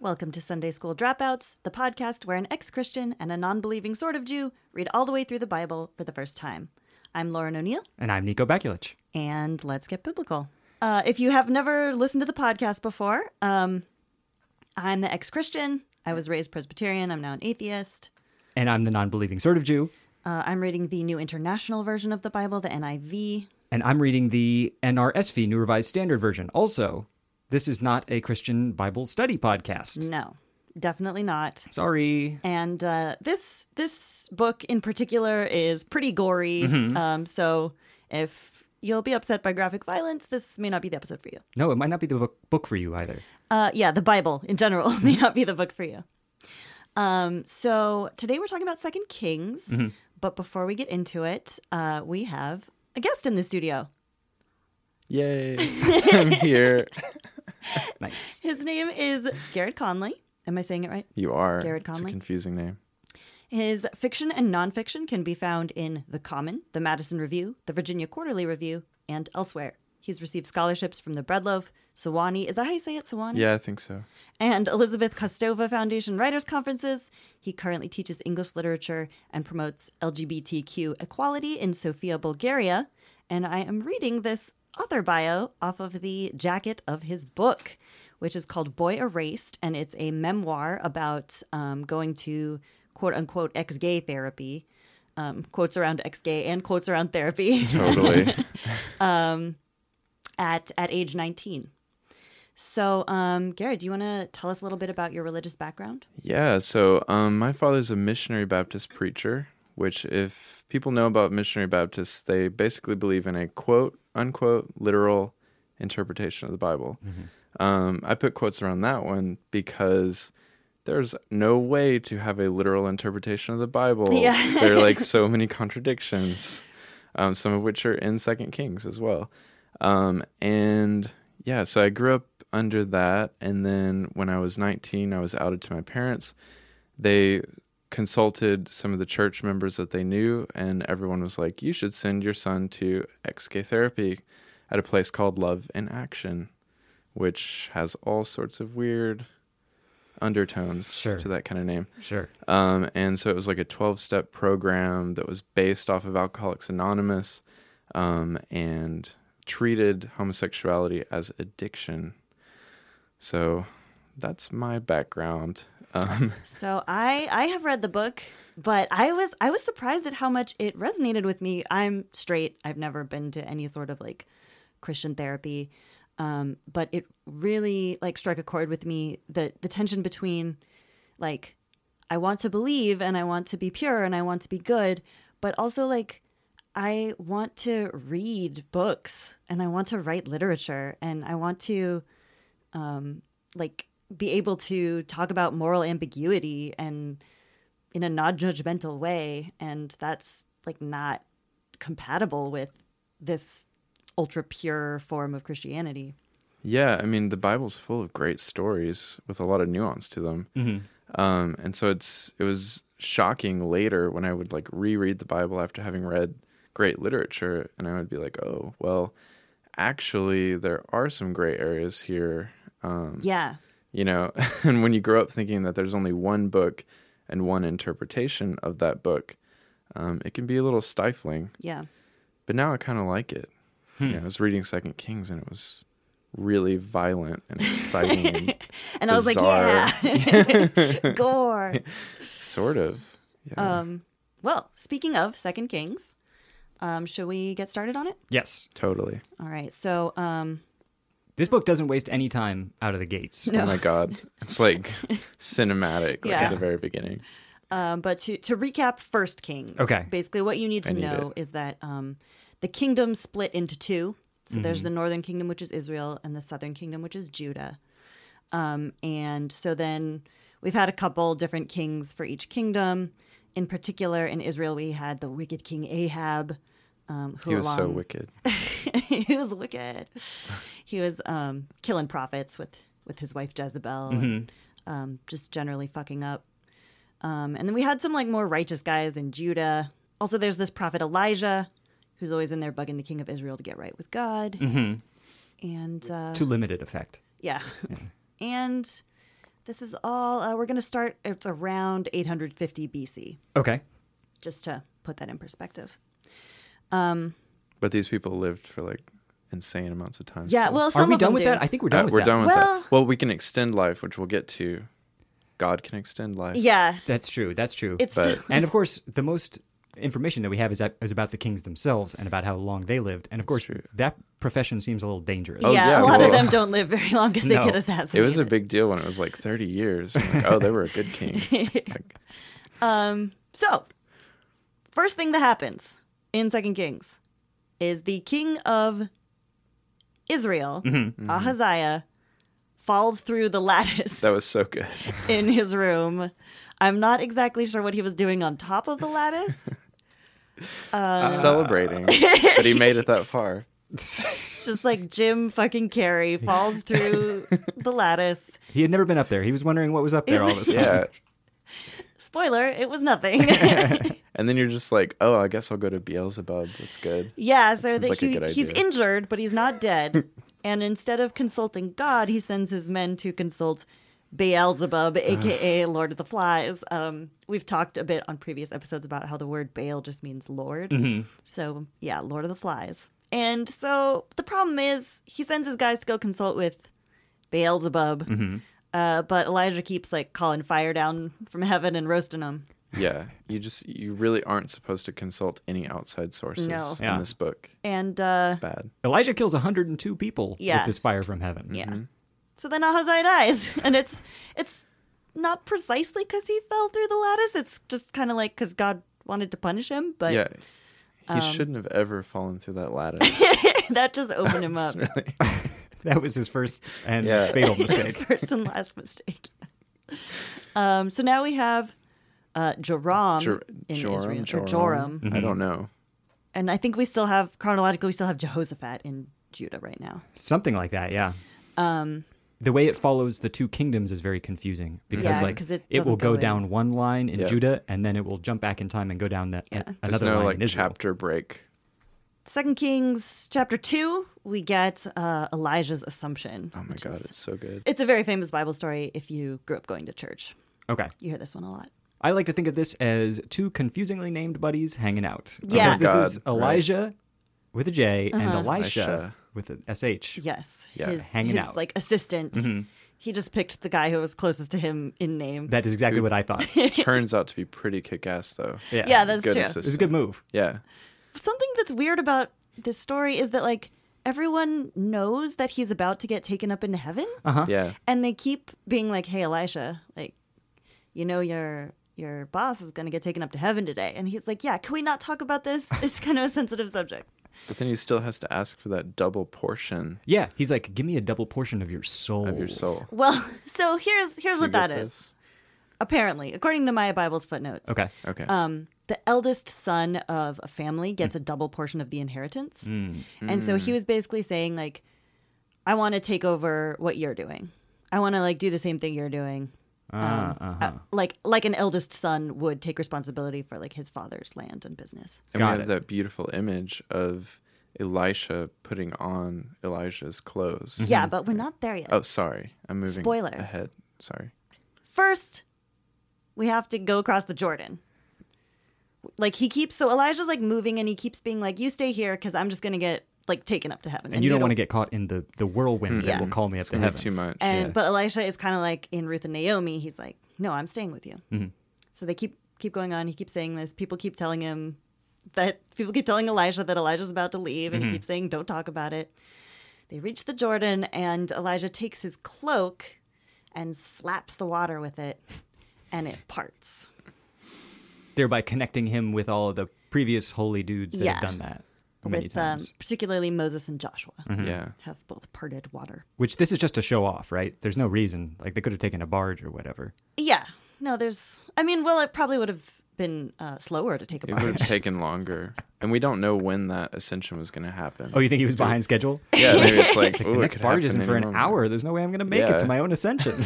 Welcome to Sunday School Dropouts, the podcast where an ex Christian and a non believing sort of Jew read all the way through the Bible for the first time. I'm Lauren O'Neill, And I'm Nico Bakulich. and let's get biblical. Uh, if you have never listened to the podcast before, um, I'm the ex Christian. I was raised Presbyterian. I'm now an atheist. And I'm the non believing sort of Jew. Uh, I'm reading the New International Version of the Bible, the NIV. And I'm reading the NRSV, New Revised Standard Version. Also, this is not a Christian Bible study podcast. No, definitely not. Sorry. and uh, this this book in particular is pretty gory. Um, so if you'll be upset by graphic violence, this may not be the episode for you. No, it might not be the book, book for you either. Uh, yeah, the Bible in general may not be the book for you. Um, so today we're talking about Second Kings, but before we get into it, uh, we have a guest in the studio. Yay. I'm here. Nice. His name is Garrett Conley. Am I saying it right? You are. Garrett It's Conley? a confusing name. His fiction and nonfiction can be found in The Common, The Madison Review, The Virginia Quarterly Review, and elsewhere. He's received scholarships from the Breadloaf, Sewanee, is that how you say it, Sewanee? Yeah, I think so. And Elizabeth Kostova Foundation Writers Conferences. He currently teaches English literature and promotes LGBTQ equality in Sofia, Bulgaria. And I am reading this author bio off of the jacket of his book, which is called Boy Erased. And it's a memoir about um, going to quote unquote ex gay therapy. Um, quotes around ex gay and quotes around therapy Totally. at, at age 19. So, um, Garrett, do you want to tell us a little bit about your religious background? yeah, so um, my father's a missionary Baptist preacher, which, if people know about missionary Baptists, they basically believe in a quote unquote literal interpretation of the Bible. Um, I put quotes around that one because there's no way to have a literal interpretation of the Bible. Yeah. there are like so many contradictions, um, some of which are in Second Kings as well. Um, and yeah, so I grew up under that, and then when I was 19, I was outed to my parents. They consulted some of the church members that they knew, and everyone was like, "You should send your son to ex-gay therapy at a place called Love in Action." Which has all sorts of weird undertones Sure. to that kind of name. Sure. Um, and so it was like a 12 step program that was based off of Alcoholics Anonymous um, and treated homosexuality as addiction. So that's my background. Um, So I I have read the book, but I was I was surprised at how much it resonated with me. I'm straight. I've never been to any sort of like Christian therapy. Um, but it really like struck a chord with me the the tension between like I want to believe and I want to be pure and I want to be good, but also like I want to read books and I want to write literature and I want to like be able to talk about moral ambiguity and in a non-judgmental way and that's like not compatible with this ultra pure form of christianity yeah, I mean, the Bible's full of great stories with a lot of nuance to them. Um, and so it's it was shocking later when I would like reread the Bible after having read great literature, and I would be like, oh, well, actually, there are some gray areas here. Um, yeah you know, and when you grow up thinking that there's only one book and one interpretation of that book, um, it can be a little stifling. yeah But now I kind of like it. Hmm. You know, I was reading Second Kings, and it was really violent and exciting, and and i was like Bizarre. yeah gore sort of. Yeah, um well speaking of second kings um should we get started on it Yes. totally. all right so um This book doesn't waste any time out of the gates. Oh my god. It's like cinematic like Yeah. at the very beginning. Um, but to, to recap, First Kings. Okay. Basically, what you need to need know is that um, the kingdom split into two. So there's Mm-hmm. the northern kingdom, which is Israel, and the southern kingdom, which is Judah. Um, and so then we've had a couple different kings for each kingdom. In particular, in Israel, we had the wicked king Ahab. Um, who He was so along- wicked. he was wicked. He was um, killing prophets with with his wife Jezebel, and, um, just generally fucking up. Um, and then we had some like more righteous guys in Judah. Also, there's this prophet Elijah, who's always in there bugging the king of Israel to get right with God. And uh, To limited effect. yeah. And This is all, uh, we're going to start, it's around 850 BC, Okay. just to put that in perspective. Um, But these people lived for like insane amounts of time. Yeah, still. well, Uh, some Are we of done them with do. that? I think we're done with we're that. done with Well- that. Well, we can extend life, which we'll get to. God can extend life. yeah, That's true. That's true. it's But- and of course, the most information that we have is, that, is about the kings themselves and about how long they lived. And of course, true. that profession seems a little dangerous. yeah, Oh, a yeah, lot well- of them don't live very long because they No. get It assassinated. was a big deal when it was like 30 years. I'm like, oh, they were a good king. Like, So, first thing that happens in Second Kings is the king of Israel, Mm-hmm. Ahaziah, falls through the lattice that was so good. in his room. I'm not exactly sure what he was doing on top of the lattice. Uh, Celebrating that he made it that far. It's just like Jim fucking Carrey falls through the lattice. He had never been up there. He was wondering what was up there Is- all this time. Yeah. Spoiler, it was nothing. And then you're just like, oh, I guess I'll go to Beelzebub. That's good. Yeah, so seems that like a he, good he's idea. injured, but he's not dead. and instead of consulting God, he sends his men to consult Beelzebub, aka Lord of the Flies. Um, we've talked a bit on previous episodes about how the word Baal just means Lord. Mm-hmm. So, yeah, Lord of the Flies. And so the problem is he sends his guys to go consult with Beelzebub. Mm-hmm. Uh, but Elijah keeps like calling fire down from heaven and roasting them. Yeah. You just, you really aren't supposed to consult any outside sources No. in Yeah. this book. And uh, Bad. Elijah kills 102 people Yeah. with this fire from heaven. Yeah. Mm-hmm. So then Ahaziah dies, and it's it's not precisely because he fell through the lattice. It's just kind of like because God wanted to punish him, but um, yeah. He shouldn't have ever fallen through that ladder. that just opened him up. That was his first and Yeah. fatal His mistake. first and last mistake. Um, so now we have uh, Joram Jor- in Israel, Joram, Mm. or Joram. Joram, I don't know. and I think we still have chronologically we still have Jehoshaphat in Judah right now. Something like that, yeah. Um, the way it follows the two kingdoms is very confusing because Yeah, like 'cause it will doesn't go go in. down one line in Yeah. Judah and then it will jump back in time and go down that Yeah. a- There's There's another no line like in Israel. chapter break. Second Kings chapter two, we get uh, Elijah's assumption. Oh my which God, is- it's so good. It's a very famous Bible story if you grew up going to church. Okay. You hear this one a lot. I like to think of this as two confusingly named buddies hanging out. Yeah. Uh-huh. Because this God, is right. Elijah with a J and Elisha Elisha. with an SH. Yes. Yeah, Mm-hmm. his, hanging his, out. Like assistant. He just picked the guy who was closest to him in name. That is exactly what I thought. Yeah. Turns out to be pretty kick ass, though. yeah, that's Good true. It was a good move. Yeah. Something that's weird about this story is that like everyone knows that he's about to get taken up into heaven, Yeah. and they keep being like, "Hey, Elisha, like, you know your your boss is going to get taken up to heaven today," and he's like, "Yeah, can we not talk about this? It's kind of a sensitive subject." But then he still has to ask for that double portion Yeah, he's like, give me a double portion of your soul. of your soul. Well, so here's here's Do you what that get is. this? Apparently, according to my Bible's footnotes. Okay. Okay. um, the eldest son of a family gets a double portion of the inheritance. Mm, And so he was basically saying, like, I want to take over what you're doing. I want to like do the same thing you're doing. Ah, uh-huh. Uh, like like an eldest son would take responsibility for like his father's land and business. and got we have it. that beautiful image of Elisha putting on Elijah's clothes. Mm-hmm. Yeah, but we're not there yet. Oh, sorry. I'm moving Spoilers. ahead. Sorry. First, we have to go across the Jordan. Like he keeps so Elijah's like moving and he keeps being like, "You stay here because I'm just gonna get like taken up to heaven." And you don't want to get caught in the, the whirlwind that Yeah. will call me up Hmm. It's to gonna be heaven. too much. And yeah. but Elisha is kind of like in Ruth and Naomi. He's like, no, I'm staying with you. Mm-hmm. So they keep keep going on. He keeps saying this. People keep telling him that people keep telling Elijah that Elijah's about to leave, and Mm-hmm. he keeps saying, don't talk about it. They reach the Jordan, and Elijah takes his cloak and slaps the water with it, and it parts. Thereby connecting him with all of the previous holy dudes that Yeah. have done that many with um, times. Mm-hmm. particularly Moses and Joshua yeah. have both parted water. Which this is just a show off, right? There's no reason. Like they could have taken a barge or whatever. Yeah, no, there's. I mean, well, it probably would have been uh, slower to take a It would barge. have taken longer. And we don't know when that ascension was going to happen. Oh, you think he was behind schedule? yeah, maybe it's like, Like ooh, the it next could barge happen isn't any for an moment. hour. There's no way I'm going to make it Yeah. to my own ascension.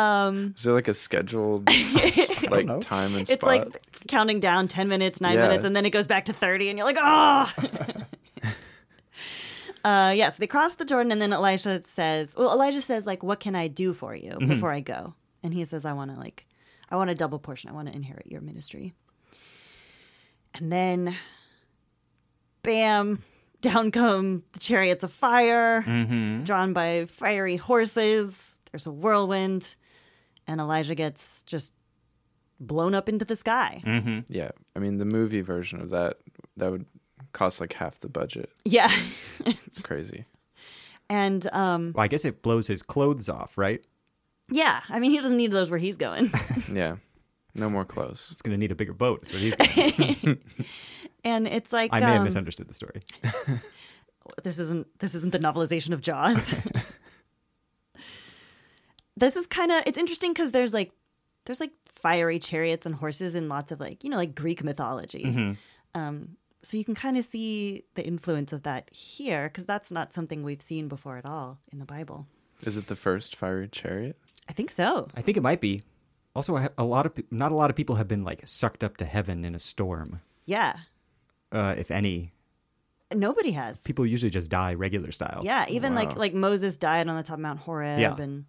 Is there like a scheduled know. like time and spot? It's like counting down 10 minutes, 9 Yeah. minutes, and then it goes back to 30, and you're like, oh! uh, Mm-hmm. yeah, so they cross the Jordan, and then Elisha says, well, Elijah says, like, what can I do for you before I go? and he says, "I want to like, I want a double portion. I want to inherit your ministry." And then, bam, down come the chariots of fire, Mm-hmm. drawn by fiery horses. There's a whirlwind, and Elijah gets just blown up into the sky. Yeah, I mean the movie version of that that would cost like half the budget. Yeah, It's crazy. and um, Well, I guess it blows his clothes off, right? yeah, I mean, he doesn't need those where he's going. Yeah, no more clothes. It's going to need a bigger boat. is what he's gonna- and it's like I may have um, misunderstood the story. this isn't this isn't the novelization of Jaws. this is kind of it's interesting because there's like there's like fiery chariots and horses and lots of like you know like Greek mythology. Um, so you can kind of see the influence of that here because that's not something we've seen before at all in the Bible. Is it the first fiery chariot? I think so. I think it might be. Also, I have a lot of pe- not a lot of people have been like sucked up to heaven in a storm. Yeah, Uh, if any, nobody has. people usually just die regular style. Yeah, even like Wow. like Moses died on the top of Mount Horeb, Yeah. and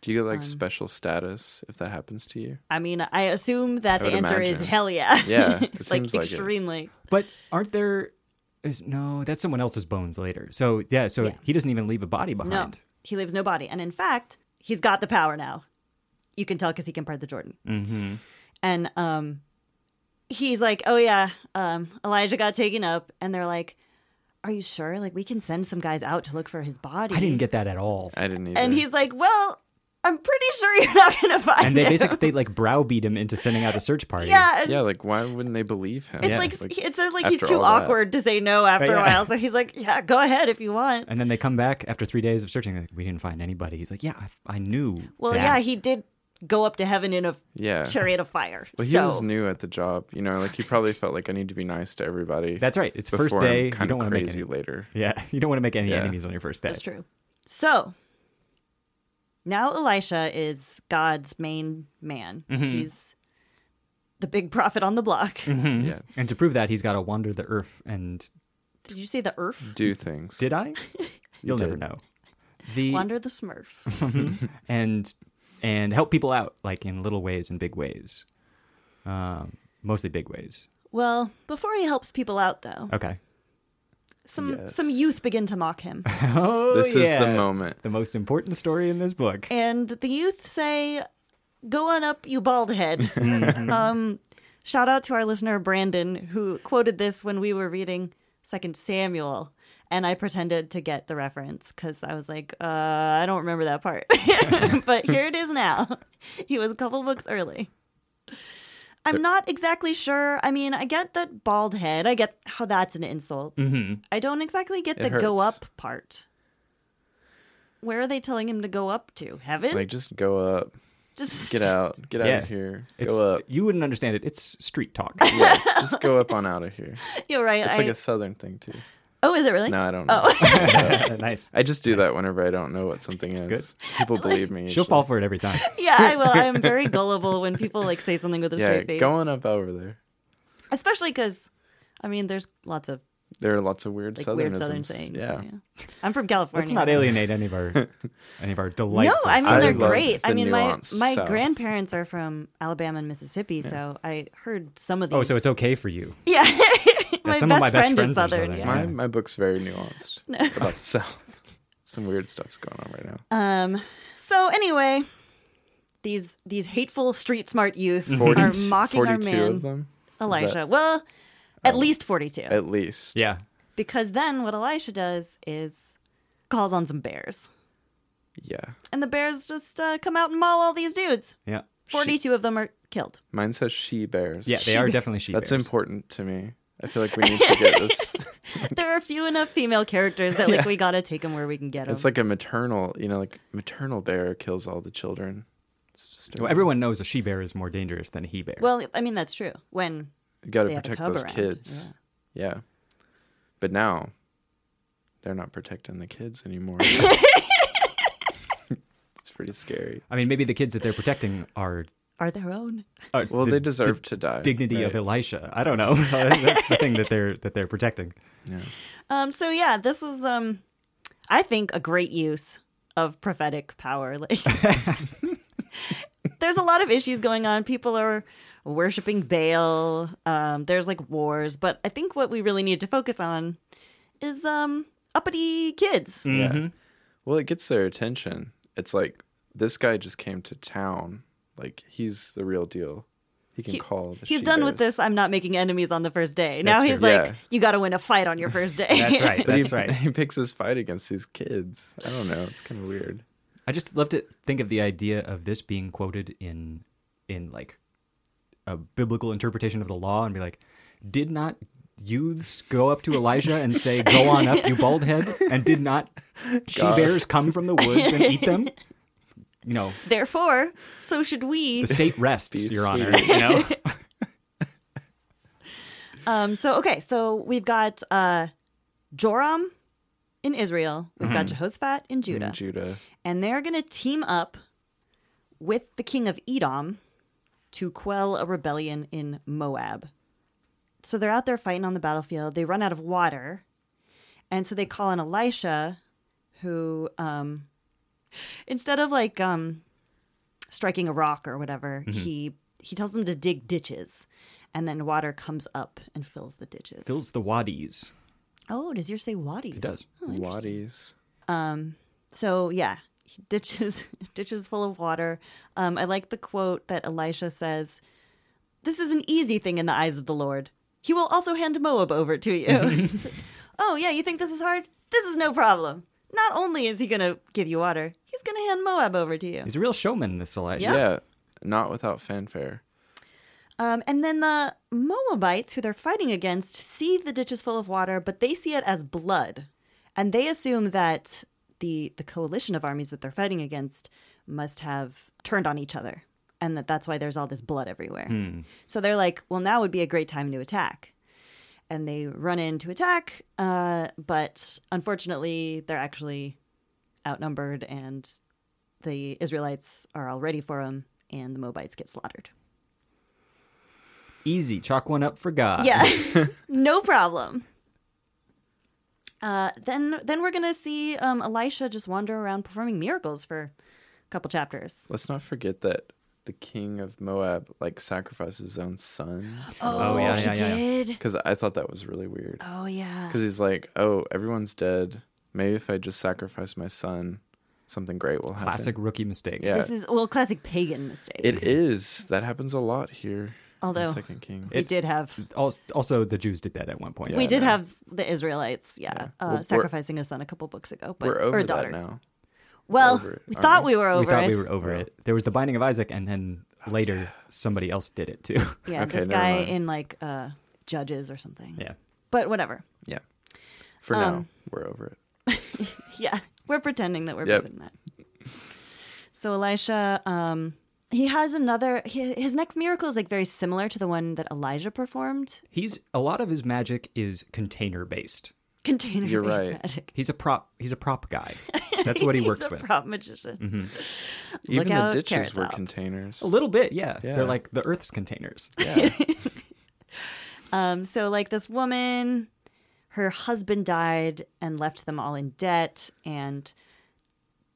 Do you get like Um, special status if that happens to you? I mean, I assume that I the would answer is imagine. hell yeah. Yeah, it it's like seems like it. extremely. But aren't there? Is, no, that's someone else's bones later. So yeah, so Yeah. he doesn't even leave a body behind. No, he leaves no body. And in fact, he's got the power now. You can tell because he can part the Jordan. Mm-hmm. And um, he's like, oh, yeah, um, Elijah got taken up. And they're like, are you sure? Like, we can send some guys out to look for his body. I didn't get that at all. I didn't either. And he's like, well, I'm pretty sure you're not going to find And they him. basically they like browbeat him into sending out a search party. yeah, and yeah, like why wouldn't they believe him? it's yeah, like, it says like he's after too all that. awkward to say no after Yeah. a while. So he's like, yeah, go ahead if you want. And then they come back after three days of searching. Like, we didn't find anybody. He's like, yeah, I, I knew. Well, that." yeah, he did go up to heaven in a yeah. chariot of fire. Well, he so. was new at the job, you know. Like he probably felt like I need to be nice to everybody. That's right. It's before first I'm day. You Kind don't of want to make crazy any. later. Yeah, you don't want to make any Yeah. enemies on your first day. That's true. So now Elisha is God's main man. Mm-hmm. He's the big prophet on the block. Hmm. Yeah, And to prove that, he's got to wander the earth. And Did you say the earth? do things. did I? You'll never did. know. The Wander the smurf. and and help people out like in little ways and big ways, um, mostly big ways. well, before he helps people out though, Okay. some Uh, Yes. some youth begin to mock him. Oh, this is the yeah. moment. The most important story in this book. and the youth say, "Go on up, you bald head." Mm-hmm. um, shout out to our listener Brandon who quoted this when we were reading Second Samuel, and I pretended to get the reference because I was like, uh, "I don't remember that part," but here it is now. He was a couple books early. I'm not exactly sure. I mean, I get that bald head. I get how that's an insult. I don't exactly get Mm-hmm. It the go hurts. up part. Where are they telling him to go up to? Heaven? Like just go up, Just get out, get Yeah. out of here, It's, go up. You wouldn't understand it. It's street talk. Yeah, just go up on out of here. You're right. It's I- like a southern thing too. Oh, is it really? No, I don't know. nice. I just do that whenever I don't know what something is. People believe me. She'll usually. fall for it every time. Yeah, I will. I'm very gullible when people like say something with a Yeah, straight face, going up over there. especially because, I mean, there's lots of There are lots of weird like southernisms. weird Southern sayings. so, Yeah. yeah. I'm from California. Let's not alienate any of our any of our No, delightful. I mean I they're love great. I the mean, my nuanced my South. grandparents are from Alabama and Mississippi, so I heard some of these. Oh, so it's okay for you. yeah. my, some best of my best friend friends is are Southern. Southern, yeah. My my book's very nuanced about the South. Some weird stuff's going on right now. Um. So anyway, these these hateful street smart youth are mocking our 42 man of them, Oh. Elisha. well, at least forty two, at least. Yeah. because then what Elisha does is calls on some bears, Yeah. and the bears just uh, come out and maul all these dudes. Yeah. Forty two of them are killed. Mine says she bears. Yeah, they are definitely she That's bears. important to me. I feel like we need to get this. There are few enough female characters that like we gotta take them where we can get them. It's like a maternal, you know, like maternal bear kills all the children. It's just Well, everyone knows a she bear is more dangerous than a he bear. well, I mean that's true. When you got they to have a protect cub those around, kids. Yeah. But now they're not protecting the kids anymore. it's pretty scary. I mean, maybe the kids that they're protecting are. are their own. are Well, the they deserve to die. dignity of right? Elisha. I don't know. That's the thing that they're that they're protecting. Um, so yeah, this is um, I think a great use of prophetic power. Like there's a lot of issues going on. People are worshiping Baal. Um, there's like wars, but I think what we really need to focus on is um, uppity kids. Mm, Mm-hmm. Yeah. Well, it gets their attention. It's like this guy just came to town. Like he's the real deal. He can He's- call. The He's done with she-bears. this. I'm not making enemies on the first day. Now That's he's true. like, Yeah. you got to win a fight on your first day. That's right. But he- That's right. He picks his fight against these kids. I don't know. It's kind of weird. I just love to think of the idea of this being quoted in in like a biblical interpretation of the law and be like, did not youths go up to Elijah and say, Go on up, you bald head? And did not she Gosh. bears come from the woods and eat them? You know, Therefore, so should we. the state rests, Be Your Honor. You know? Um, so okay, so we've got uh, Joram in Israel. We've got Jehoshaphat in Judah, Judah. and they're going to team up with the king of Edom to quell a rebellion in Moab. So they're out there fighting on the battlefield. They run out of water, and so they call on Elisha, who um, instead of like um, striking a rock or whatever, Mm-hmm. he he tells them to dig ditches, and then water comes up and fills the ditches. Fills the wadis. Oh, does yours say wadis? It does. Wadis. So yeah, he ditches ditches full of water. Um, I like the quote that Elisha says, "This is an easy thing in the eyes of the Lord. He will also hand Moab over to you." oh yeah, you think this is hard? This is no problem. Not only is he going to give you water, he's going to hand Moab over to you. He's a real showman, this Elijah. Yeah. Yeah. Not without fanfare. Um, and then the Moabites, who they're fighting against, see the ditches full of water, but they see it as blood, and they assume that the the coalition of armies that they're fighting against must have turned on each other, and that that's why there's all this blood everywhere. So they're like, "Well, now would be a great time to attack," and they run in to attack, uh, but unfortunately, they're actually outnumbered, and the Israelites are all ready for them, and the Moabites get slaughtered. Easy. Chalk one up for God. Yeah, no problem. Uh, then then we're gonna see um, Elisha just wander around performing miracles for a couple chapters. Let's not forget that the king of Moab like sacrifices his own son. Oh, yeah, he yeah, yeah, yeah. did. Because I thought that was really weird. Oh yeah. Because he's like, oh, everyone's dead. Maybe if I just sacrifice my son, something great will happen. Classic rookie mistake. Yeah. This is well classic pagan mistake. It is. That happens a lot here. Although- in Second King. we did have Al- Also, the Jews did that at one point. we Yeah, did no. have the Israelites, yeah, uh, Well, we're- sacrificing a son a couple books ago, but We're over or a that daughter. now. Well, over it, we aren't thought we we? were over we thought it. we were over it. There was the binding of Isaac, and then Oh, later somebody else did it too. Yeah, Okay, this never guy mind. in like uh, Judges or something. yeah. But whatever. Yeah. For now, Um, we're over it. Yeah, we're pretending that we're Yep. doing that. So Elisha, um, he has another. hi- His next miracle is like very similar to the one that Elijah performed. He's a lot of his magic is container based. Container You're based right. magic. He's a prop. He's a prop guy. That's what he He's works a with. prop magician. Mm-hmm. Even the out, ditches Carrot were Top. containers. A little bit, yeah. Yeah. They're like the Earth's containers. Yeah. Um, so like this woman, her husband died and left them all in debt, and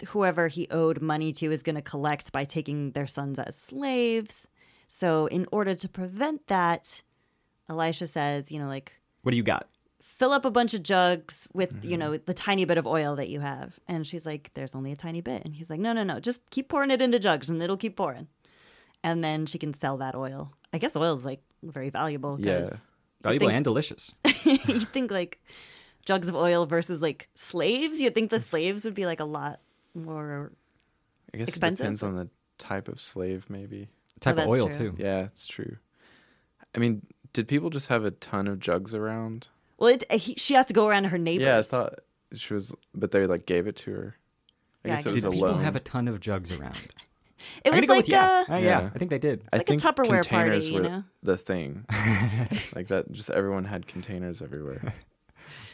whoever he owed money to is going to collect by taking their sons as slaves. So in order to prevent that, Elisha says, you know, like What do you got? fill up a bunch of jugs with you know the tiny bit of oil that you have and she's like there's only a tiny bit and he's like no no no just keep pouring it into jugs and it'll keep pouring and then she can sell that oil i guess oil is like very valuable 'cause Yeah. Valuable think- Oh, and delicious. you think like jugs of oil versus like slaves you'd think the slaves would be like a lot more I guess Expensive? it depends on the type of slave, maybe. Type of that's oil true. too. Yeah, it's true. I mean, did people just have a ton of jugs around? well it, he, she has to go around to her neighbors Yeah, I thought she was, but they like gave it to her. I Yeah, I guess it was Did a people loan. have a ton of jugs around? it was I'm gonna go like with yeah. uh, Uh, yeah. Yeah. I think they did. I like a Tupperware party, containers you were know? the thing. like that, just everyone had containers everywhere,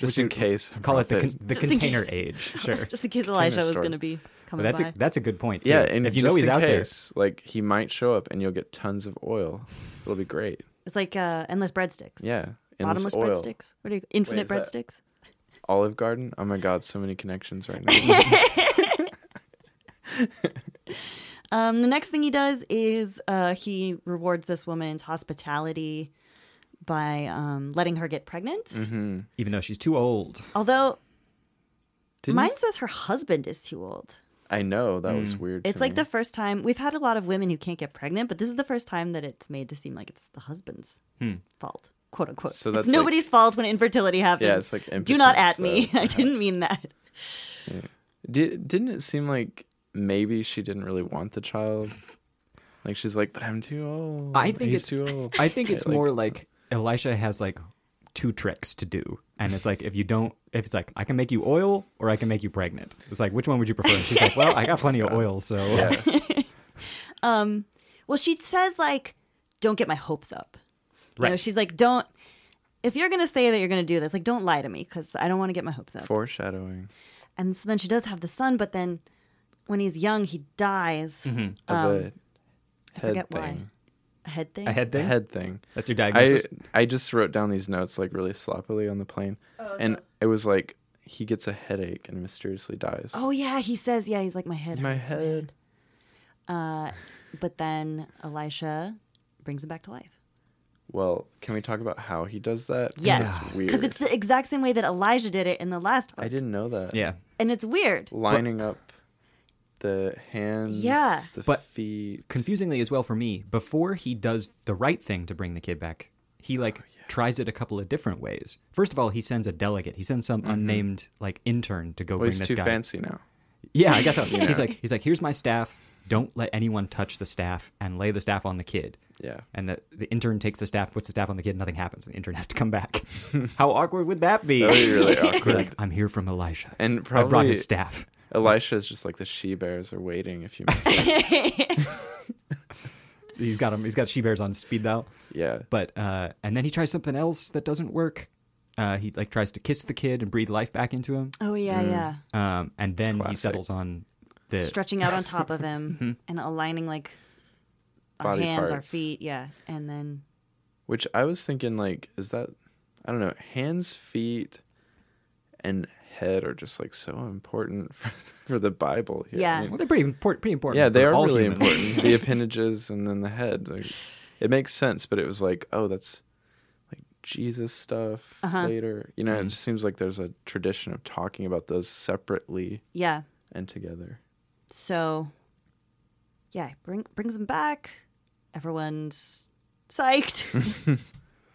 just in case. a Call it the prophet- con- the Just in container case. age. Sure. just in case elijah was store. going to be coming But that's by a that's a good point. Too. yeah, and if you know he's out there, like he might show up and you'll get tons of oil. It'll be great. it's like uh, endless breadsticks Yeah, endless bottomless oil. breadsticks what are you infinite is that- breadsticks Olive Garden. Oh my God, so many connections right now. Um, the next thing he does is uh, he rewards this woman's hospitality by um, letting her get pregnant. Mm-hmm. even though she's too old. Although Didn't- mine says her husband is too old. I know that Mm. was weird. to It's like me. the first time we've had a lot of women who can't get pregnant, but this is the first time that it's made to seem like it's the husband's fault, quote unquote. Hmm. So So that's that's it's like- nobody's fault when infertility happens. Yeah, it's like do not impotence, at me. though, I didn't mean that. Did, didn't it seem like maybe she didn't really want the child? Like she's like, but I'm too old. I think He's it's too old. I think it's like- more like Elisha has like two tricks to do, and it's like if you don't, if it's like I can make you oil or I can make you pregnant. It's like which one would you prefer? And she's like, well, I got plenty of oil, so Well, she says like, "Don't get my hopes up." You know, Right. she's like, "Don't." If you're gonna say that you're gonna do this, like, don't lie to me because I don't want to get my hopes up. foreshadowing And so then she does have the son, but then when he's young, he dies. of Um, a head I forget thing. why. A head thing. a head A thing. head thing. That's your I diagnosis. I just wrote down these notes like really sloppily on the plane, Oh, and it was like he gets a headache and mysteriously dies. Oh yeah, he says yeah. He's like my head. my hurts." Uh, head. But then Elisha brings him back to life. Well, can we talk about how he does that? 'Cause Yes, it's because weird. it's the exact same way that Elijah did it in the last I book, didn't know that. yeah, and it's weird. lining up the hands. Yeah. the But- feet. confusingly as well for me. Before he does the right thing to bring the kid back, he Oh, like tries it a couple of different ways. First of all, he sends a delegate. He sends some unnamed like intern to go Mm-hmm. Well, bring he's this too guy. fancy now. Yeah, I guess so. know. he's like he's like here's my staff. Don't let anyone touch the staff and lay the staff on the kid. Yeah. And the, the intern takes the staff, puts the staff on the kid, nothing happens. And the intern has to come back. How awkward would that be? That would be really Be awkward. like, I'm here from Elisha. And I brought probably- his staff. Elisha is just like the she bears are waiting if you miss it. He's got him. He's got she bears on speed dial. Yeah. But uh, and then he tries something else that doesn't work. Uh, he like tries to kiss the kid and breathe life back into him. Oh yeah, yeah. Um, and then he Classic. settles on the Stretching out on top of Mm-hmm. him and aligning like our Body hands, our parts. feet, yeah, and then Which I was thinking, like, is that, I don't know, hands, feet, and head are just like so important for, for the Bible here. Yeah. I mean, Well, they're pretty important. Pretty important. yeah, they for are all really humans. important. the appendages and then the head. Like, it makes sense, but it was like, oh, that's like Jesus stuff Uh-huh. later. You know, Mm-hmm. it just seems like there's a tradition of talking about those separately yeah. and together. So yeah, bring brings him back. Everyone's psyched.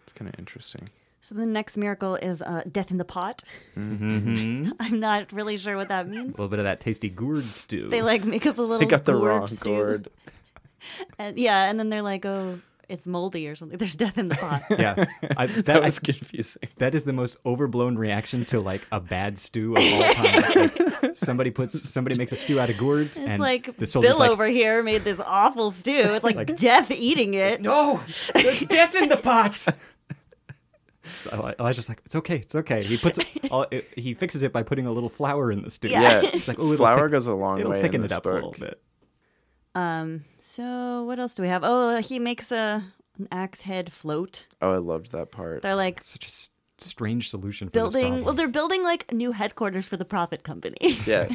It's kind of interesting. so the next miracle is uh, death in the pot. Mm-hmm. I'm not really sure what that means. A little bit of that tasty gourd stew. They like make up a little. They got the gourd wrong stew. gourd. And, yeah, and then they're like, oh, it's moldy or something. There's death in the pot. yeah, I, that, That I- was confusing. that is the most overblown reaction to like a bad stew of all time. Like, somebody puts somebody makes a stew out of gourds, It's and like the soldier's Bill like, over here made this awful stew. It's like, death eating it. No, there's death in the pot. So Eli- Elijah's like, it's okay, it's okay. He puts, all, it, he fixes it by putting a little flour in the stew. Yeah. Yeah, it's like, oh, it'll flour thick- goes a long it'll way. thicken in it this up book. a little bit. Um. So what else do we have? Oh, he makes a an axe head float. Oh, I loved that part. They're like Such a s- strange solution for building. This Well, problem. they're building like new headquarters for the profit company. yeah.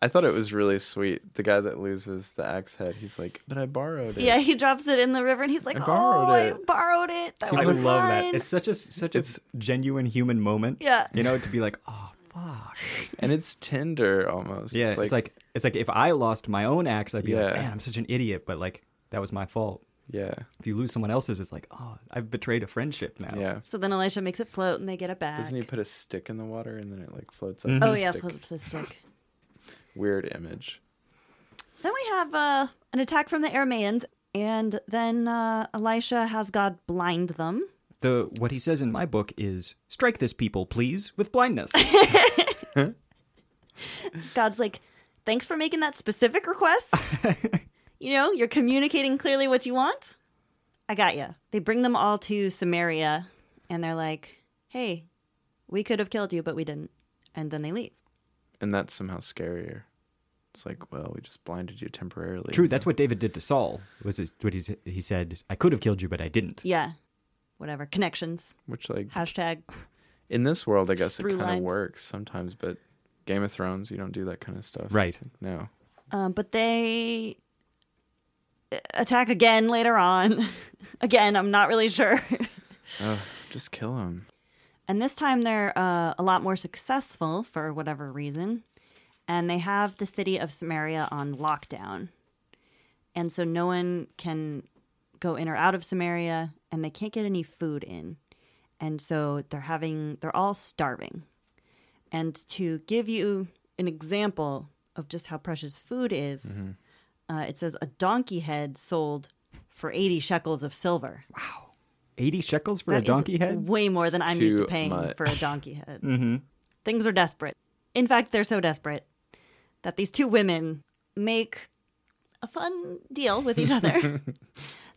I thought it was really sweet. The guy that loses the axe head, he's like, "But I borrowed it." yeah, he drops it in the river, and he's like, I borrowed "Oh, I it." borrowed it. That I was love mine." that. It's such a such It's- a genuine human moment. Yeah. you know, to be like, oh fuck. and it's tender almost. Yeah, it's like, it's like if I lost my own axe, I'd be like, Yeah. man, I'm such an idiot. But like that was my fault. yeah, If you lose someone else's, it's like, oh, I've betrayed a friendship now. yeah. so then Elisha makes it float, and they get it back. Doesn't he put a stick in the water and then it like floats up? Mm-hmm. oh the yeah, stick? floats up to the stick. Weird image. Then we have uh, an attack from the Arameans, and then uh, Elisha has God blind them. The what he says in my book is, strike this people, please, with blindness. God's like, thanks for making that specific request. you know, you're communicating clearly what you want. I got you. They bring them all to Samaria, and they're like, hey, we could have killed you, but we didn't. And then they leave. And that's somehow scarier. It's like, well, we just blinded you temporarily. True, that's what David did to Saul. Was it, what he s- he said? I could have killed you, but I didn't. Yeah. Whatever. Connections. Which like Hashtag. in this world, I guess it Through kind of lines. works sometimes, but Game of Thrones, you don't do that kind of stuff. Right. No. Um, but they attack again later on. again, I'm not really sure. Ugh, just kill him. and this time they're uh, a lot more successful for whatever reason. And they have the city of Samaria on lockdown. And so no one can go in or out of Samaria and they can't get any food in. And so they're having, they're all starving. And to give you an example of just how precious food is, uh, it says a donkey head sold for 80 shekels of silver. 80 shekels for That a is donkey head? Mm-hmm. Way more than I'm used to too paying much. for a donkey head. Things are desperate. In fact, they're so desperate that these two women make a fun deal with each other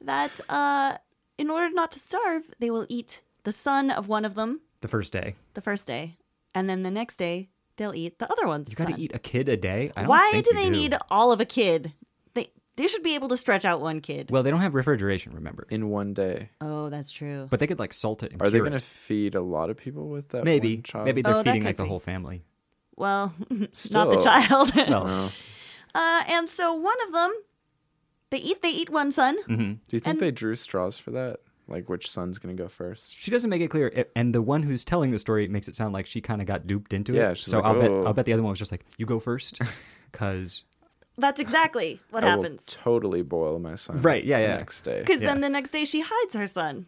that uh, in order not to starve, they will eat the son of one of them The first day. the first day, and then the next day they'll eat the other one's You got son. to eat a kid a day? I don't Why think do you they need all of a kid? They they should be able to stretch out one kid. Well, they don't have refrigeration, remember. In one day. oh, that's true. But they could like salt it and Are they cure going it. to feed a lot of people with that Maybe. one child? Maybe they're Oh, that feeding could like the be. whole family. Well, not the Still. child. Well, No. Uh, and so one of them, they eat they eat one son. Mm-hmm. Do you think they drew straws for that? Like which son's going to go first? she doesn't make it clear. a- And the one who's telling the story makes it sound like she kind of got duped into it. Yeah, she's so like, I'll, "Oh." bet, I'll bet the other one was just like, you go first. Because That's exactly what I happens. will totally boil my son. Right, yeah, the yeah. Next day. Because Oh, yeah. then the next day she hides her son,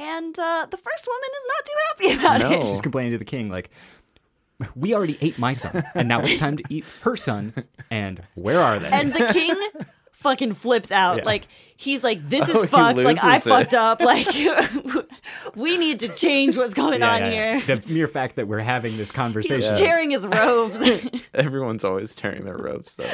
and uh, the first woman is not too happy about No. it. she's complaining to the king, like, we already ate my son, and now it's time to eat her son. And where are they? And the king fucking flips out. Yeah. Like he's like, this is Oh, he fucked. Like I loses it. fucked up. Like we need to change what's going Yeah, on yeah, yeah. here. The mere fact that we're having this He's conversation. tearing his robes. Everyone's always tearing their ropes though.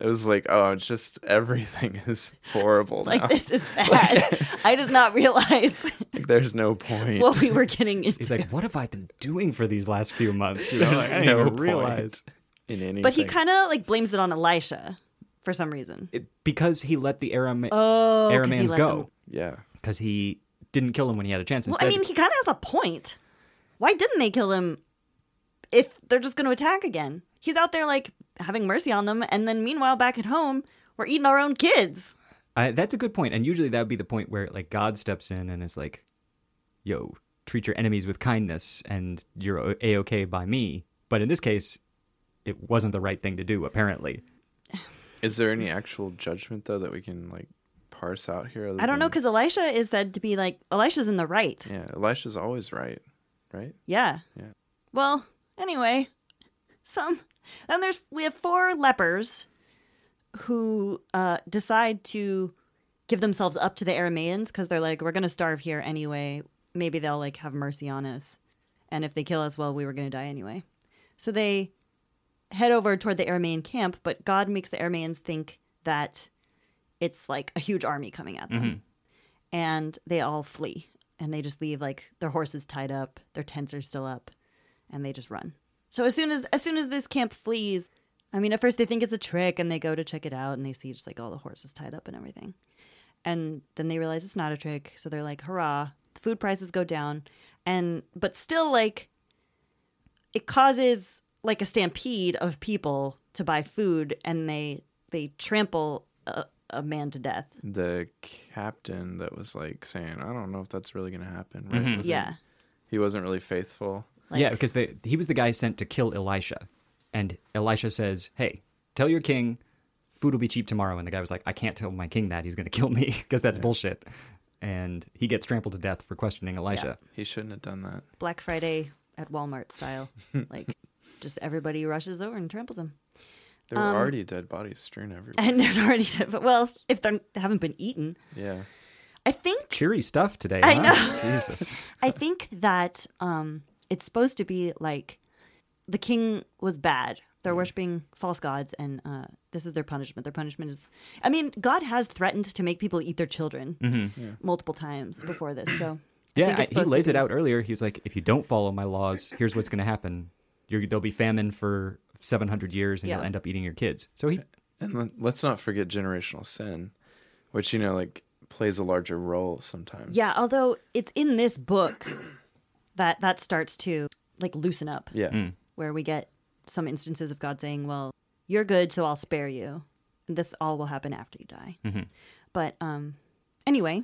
It was like, oh, it's just everything is horrible like now. this is bad. I did not realize Like, there's no point. what we were getting into. He's like, what have I been doing for these last few months? You know, There's like, Oh, I didn't no even point realize. in anything. But he kind of like blames it on Elisha for some reason. It- because he let the Aram- Oh, 'cause he Aramans let go. them- Yeah. Because he didn't kill him when he had a chance. Well, Instead, I mean, he kind of has a point. Why didn't they kill him if they're just going to attack again? He's out there like having mercy on them, and then meanwhile, back at home, we're eating our own kids. I, that's a good point, and usually that would be the point where like God steps in and is like, "Yo, treat your enemies with kindness, and you're a okay by me." But in this case, it wasn't the right thing to do. Apparently, Is there any actual judgment though that we can like parse out here? other I don't know Mm-hmm. than- because Elisha is said to be like Elisha's in the right. Yeah, Elisha's always right, right? Yeah. Yeah. Well, anyway, some. Then there's we have four lepers who uh, decide to give themselves up to the Aramaeans because they're like, we're gonna starve here anyway. Maybe they'll like have mercy on us, and if they kill us, well, we were gonna die anyway. So they head over toward the Aramaean camp, but God makes the Aramaeans think that it's like a huge army coming at them and they all flee and they just leave like their horses tied up their tents are still up and they just run so as soon as as soon as this camp flees i mean at first they think it's a trick and they go to check it out and they see just like all the horses tied up and everything and then they realize it's not a trick so they're like hurrah the food prices go down and but still like it causes like a stampede of people to buy food and they they trample a, a man to death The captain that was like saying, "I don't know if that's really gonna happen," right? Mm-hmm. Was it- yeah he wasn't really faithful. Like- yeah, because they, he was the guy sent to kill Elisha, and Elisha says, "Hey, tell your king, food will be cheap tomorrow." And the guy was like, "I can't tell my king that; he's going to kill me because that's bullshit." And he gets trampled to death for questioning Elisha. He shouldn't have done that. Black Friday at Walmart style. like just everybody rushes over and tramples them. There Um, were already dead bodies strewn everywhere. And there's already but well, if they're, they haven't been eaten, yeah, I think Cheery stuff today. I huh? know. Jesus. I think that um it's supposed to be like the king was bad. They're worshiping false gods, and uh, this is their punishment. Their punishment is, I mean, God has threatened to make people eat their children multiple times before this. So I Mm-hmm. Yeah, think it's I- he supposed to lays it be- out earlier. He's like, if you don't follow my laws, here's what's going to happen. You're, there'll be famine for 700 years, and you'll Yeah. Uh, end up eating your kids. So he, and let, let's not forget generational sin, which you know, like plays a larger role sometimes. Yeah, although it's in this book that that starts to like loosen up, yeah. where we get some instances of God saying, "Well, you're good, so I'll spare you," this all will happen after you die. But um, anyway,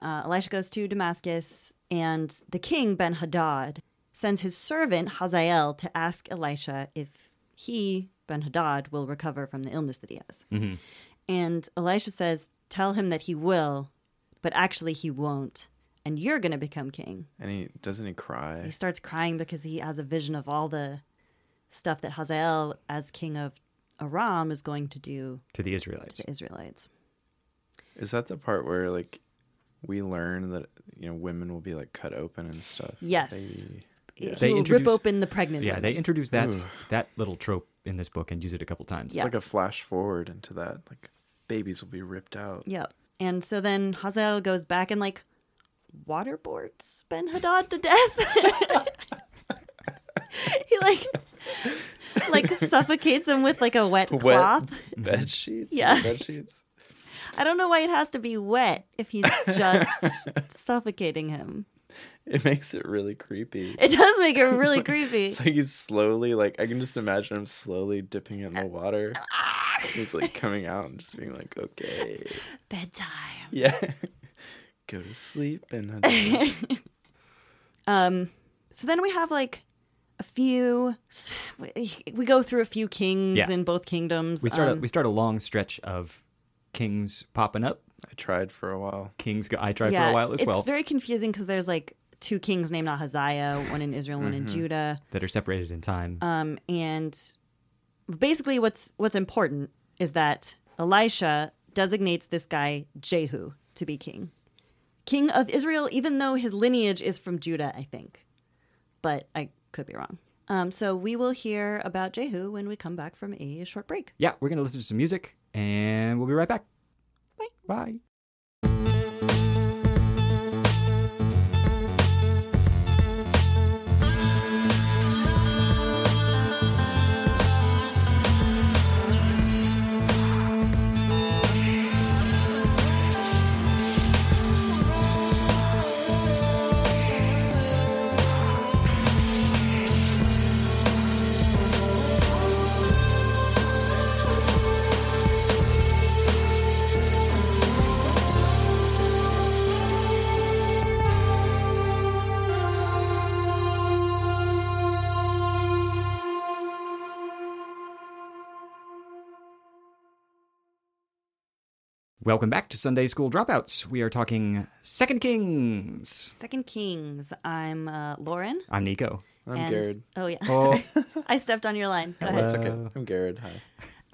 uh, Elisha goes to Damascus, and the king Ben Hadad sends his servant Hazael to ask Elisha if he, Ben Hadad, will recover from the illness that he has. And Elisha says, Tell him that he will, but actually he won't, and you're going to become king. And he doesn't he He cry? starts crying because he has a vision of all the stuff that Hazael, as king of Aram, is going to do to the Israelites. to the Israelites. Is that the part where like we learn that you know women will be like cut open and stuff? Yes. They- He They will rip introduce- open the pregnant Yeah, woman. they introduce that Ooh. that little trope in this book and use it a couple times. Yeah. It's like a flash forward into that. Like babies will be ripped out. Yep. And so then Hazael goes back and like waterboards Ben Hadad to death. he like like suffocates him with like a wet Wet cloth. Bed sheets. Yeah. Bed sheets. I don't know why it has to be wet if he's just suffocating him. It makes it really creepy. It does make it really creepy. It's like he's slowly like I can just imagine him slowly dipping it in the water. he's like coming out and just being like, okay, Bedtime. yeah, go to sleep and then- So then we have like a few. We we go through a few kings Yeah. in both kingdoms. We start a, Um, we start a long stretch of kings popping up. I tried for a while. Kings go, I tried for a while as it's well very confusing because there's like two kings named Ahaziah, one in Israel, one Mm-hmm. in Judah. that are separated in time. Um, and basically, what's what's important is that Elisha designates this guy Jehu to be king, king of Israel, even though his lineage is from Judah, I think, but I could be wrong. Um, so we will hear about Jehu when we come back from a short break. yeah, we're gonna listen to some music and we'll be right back. Bye. Bye. Welcome back to Sunday School Dropouts. We are talking Second Kings. Second Kings. I'm uh, Lauren. I'm Nico. I'm and uh, Garrod. oh yeah, Oh. sorry. I stepped on your line. Go Oh, ahead. that's okay. Hello. I'm Garrod. Hi.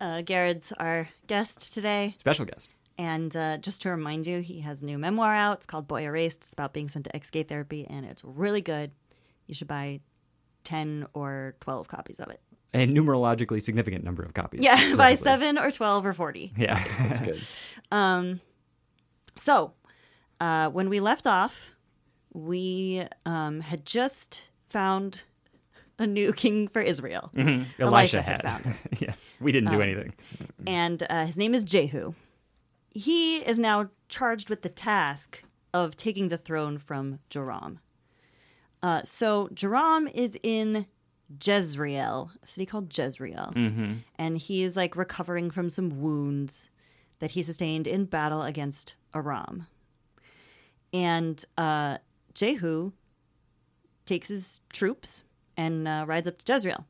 Uh, Garrett's our guest today. Special guest. And uh, just to remind you, he has a new memoir out. It's called Boy Erased. It's about being sent to ex gay therapy, and it's really good. You should buy 10 or 12 copies of it. A numerologically significant number of copies. Yeah, buy probably. 7 or 12 or 40. Yeah. That's good. So, uh, when we left off, we um, had just found a new king for Israel. Mm-hmm. Elisha had found Um, yeah. We didn't do anything. and uh, his name is Jehu. He is now charged with the task of taking the throne from Joram. Uh, so Joram is in Jezreel, a city called Jezreel, and he is like recovering from some wounds that he sustained in battle against Aram. And uh, Jehu takes his troops and uh, rides up to Jezreel.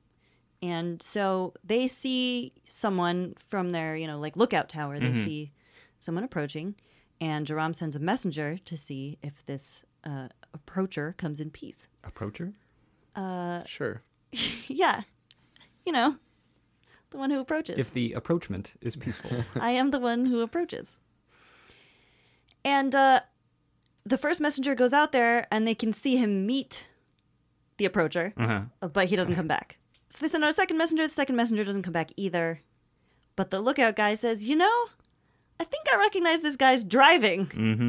And so they see someone from their, you know, like lookout tower. They see someone approaching, and Jerome sends a messenger to see if this uh, approacher comes in peace. Approacher? uh, Sure. yeah, you know, the one who approaches. If the approachment is peaceful. I am the one who approaches. And uh, the first messenger goes out there, and they can see him meet the approacher, uh, but he doesn't come back. So they send out a second messenger. The second messenger doesn't come back either. But the lookout guy says, "You know, I think I recognize this guy's driving